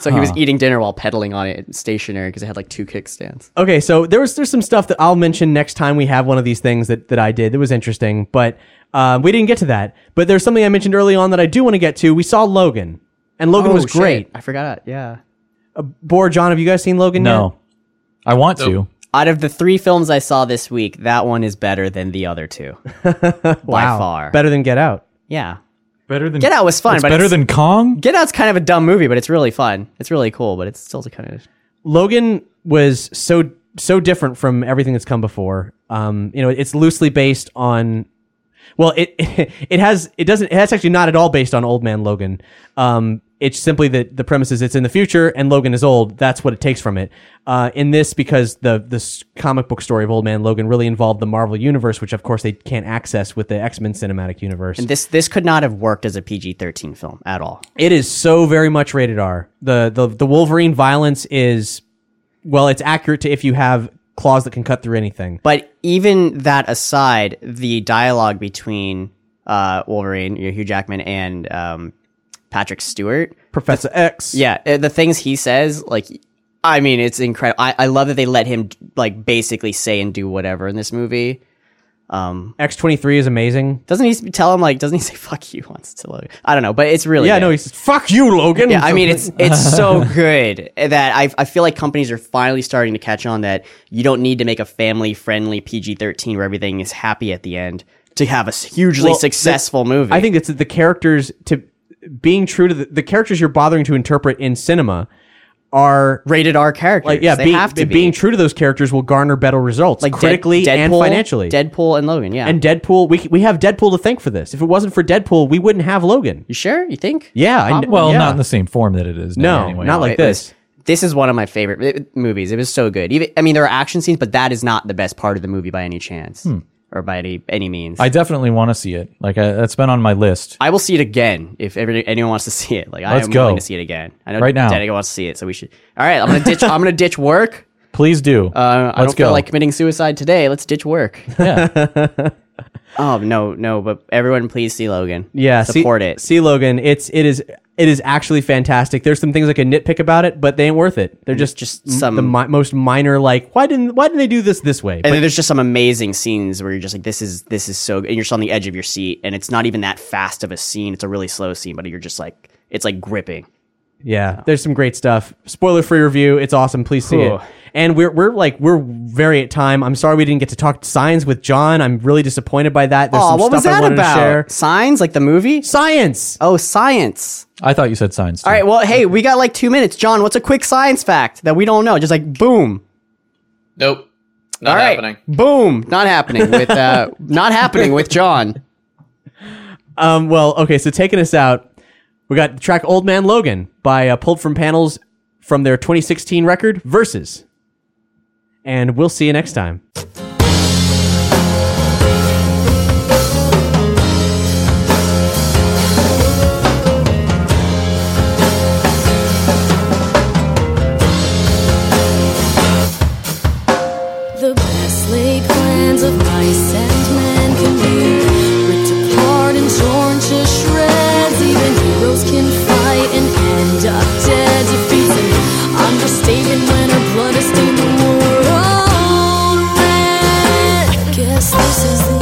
Speaker 2: So he was eating dinner while pedaling on it stationary because it had like two kickstands.
Speaker 1: Okay, so there was there's some stuff that I'll mention next time we have one of these things that, that I did that was interesting, but um, we didn't get to that. But there's something I mentioned early on that I do want to get to. We saw Logan, and Logan
Speaker 2: Oh,
Speaker 1: was great.
Speaker 2: I forgot. Yeah.
Speaker 1: Bor John, have you guys seen Logan? yet?
Speaker 3: no. I want to.
Speaker 2: Out of the three films I saw this week, that one is better than the other two by
Speaker 1: Wow.
Speaker 2: far.
Speaker 1: better than Get Out.
Speaker 2: yeah.
Speaker 3: Better than
Speaker 2: Get Out was fun,
Speaker 3: It's
Speaker 2: but
Speaker 3: better
Speaker 2: it's-
Speaker 3: than Kong.
Speaker 2: Get Out's kind of a dumb movie, but it's really fun. It's really cool, but it's still kind of
Speaker 1: Logan was so so different from everything that's come before. Um, you know, it's loosely based on. Well, it it has it doesn't it has actually not at all based on Old Man Logan. Um, it's simply that the premise is it's in the future and Logan is old. That's what it takes from it. Uh, in this, because the this comic book story of Old Man Logan really involved the Marvel universe, which of course they can't access with the X Men cinematic universe.
Speaker 2: and this this could not have worked as a PG thirteen film at all.
Speaker 1: It is so very much rated R. The the the Wolverine violence is well, it's accurate to if you have claws that can cut through anything.
Speaker 2: But even that aside, the dialogue between uh, Wolverine, you know, Hugh Jackman, and um, Patrick Stewart,
Speaker 1: Professor X.
Speaker 2: yeah, uh, the things he says, like, I mean, it's incredible. I, I love that they let him like basically say and do whatever in this movie.
Speaker 1: X twenty three is amazing.
Speaker 2: Doesn't he tell him like? Doesn't he say "fuck you" once to Logan? I don't know, but it's really
Speaker 1: Yeah,
Speaker 2: good.
Speaker 1: no, he says, Fuck you, Logan.
Speaker 2: Yeah, I mean it's it's so good that I I feel like companies are finally starting to catch on that you don't need to make a family friendly PG thirteen where everything is happy at the end to have a s- hugely
Speaker 1: Well,
Speaker 2: successful
Speaker 1: the-
Speaker 2: movie.
Speaker 1: I think it's the characters to being true to the, the characters you're bothering to interpret in cinema are
Speaker 2: rated R characters.
Speaker 1: like yeah,
Speaker 2: they
Speaker 1: being,
Speaker 2: have to be.
Speaker 1: being true to those characters will garner better results
Speaker 2: like Dead-
Speaker 1: critically and
Speaker 2: Deadpool-
Speaker 1: financially.
Speaker 2: Deadpool and Logan, yeah.
Speaker 1: and Deadpool, we, we have Deadpool to thank for this. If it wasn't for Deadpool, we wouldn't have Logan.
Speaker 2: you sure? You think?
Speaker 1: Yeah, I, kn-
Speaker 3: Uh, Well,
Speaker 1: yeah.
Speaker 3: not in the same form that it is now.
Speaker 1: No,
Speaker 3: anyway.
Speaker 1: not like
Speaker 2: It
Speaker 1: this.
Speaker 2: was- this is one of my favorite mi- movies. It was so good. Even I mean, there are action scenes, but that is not the best part of the movie by any chance
Speaker 1: Hmm.
Speaker 2: or by any any means.
Speaker 3: I definitely want to see it. Like I, that's been on my list.
Speaker 2: I will see it again if every, anyone wants to see it. Like I
Speaker 3: Let's
Speaker 2: am willing
Speaker 3: go.
Speaker 2: to see it again. I know
Speaker 3: Right now.
Speaker 2: Denica wants to see it, so we should. All right, I'm gonna ditch. I'm gonna ditch work.
Speaker 3: Please do.
Speaker 2: Uh, I
Speaker 3: Let's
Speaker 2: don't feel
Speaker 3: go.
Speaker 2: like committing suicide today. Let's ditch work.
Speaker 3: yeah.
Speaker 2: oh no, no, but everyone, please see Logan.
Speaker 1: yeah, see-
Speaker 2: support it.
Speaker 1: See Logan, it's it is it is actually fantastic. There's some things I can nitpick about it, but they ain't worth it. They're just
Speaker 2: Mm, Just
Speaker 1: m-
Speaker 2: some-
Speaker 1: the mi- most minor like why didn't why didn't they do this this way?
Speaker 2: and then there's just some amazing scenes where you're just like, this is this is so, good. and you're just on the edge of your seat, and it's not even that fast of a scene. It's a really slow scene, but you're just like, it's like gripping.
Speaker 1: Yeah, there's some great stuff. Spoiler free review. It's awesome. Please see
Speaker 2: Cool.
Speaker 1: it. And we're we're like we're very at time. I'm sorry we didn't get to talk science with John. I'm really disappointed by that. There's
Speaker 2: Oh,
Speaker 1: some
Speaker 2: what
Speaker 1: stuff
Speaker 2: was
Speaker 1: I
Speaker 2: that
Speaker 1: wanted
Speaker 2: about?
Speaker 1: to share.
Speaker 2: Signs, like the movie.
Speaker 1: Science.
Speaker 2: Oh, science.
Speaker 3: I thought you said signs. Too.
Speaker 2: All right. Well, hey, we got like two minutes. John, what's a quick science fact that we don't know? Just like boom.
Speaker 4: Nope. Not
Speaker 2: All right.
Speaker 4: happening.
Speaker 2: Boom. Not happening with uh, not happening with John.
Speaker 1: Um, well, okay, so taking us out, we got the track Old Man Logan by uh, Pulled from Panels from their 2016 record, Versus. And we'll see you next time.
Speaker 5: The best laid plans of mice and men can be ripped apart and torn to shreds. Even heroes can fight and end up dead. Defeat's an understatement when our blood is stained the world red. I guess this is the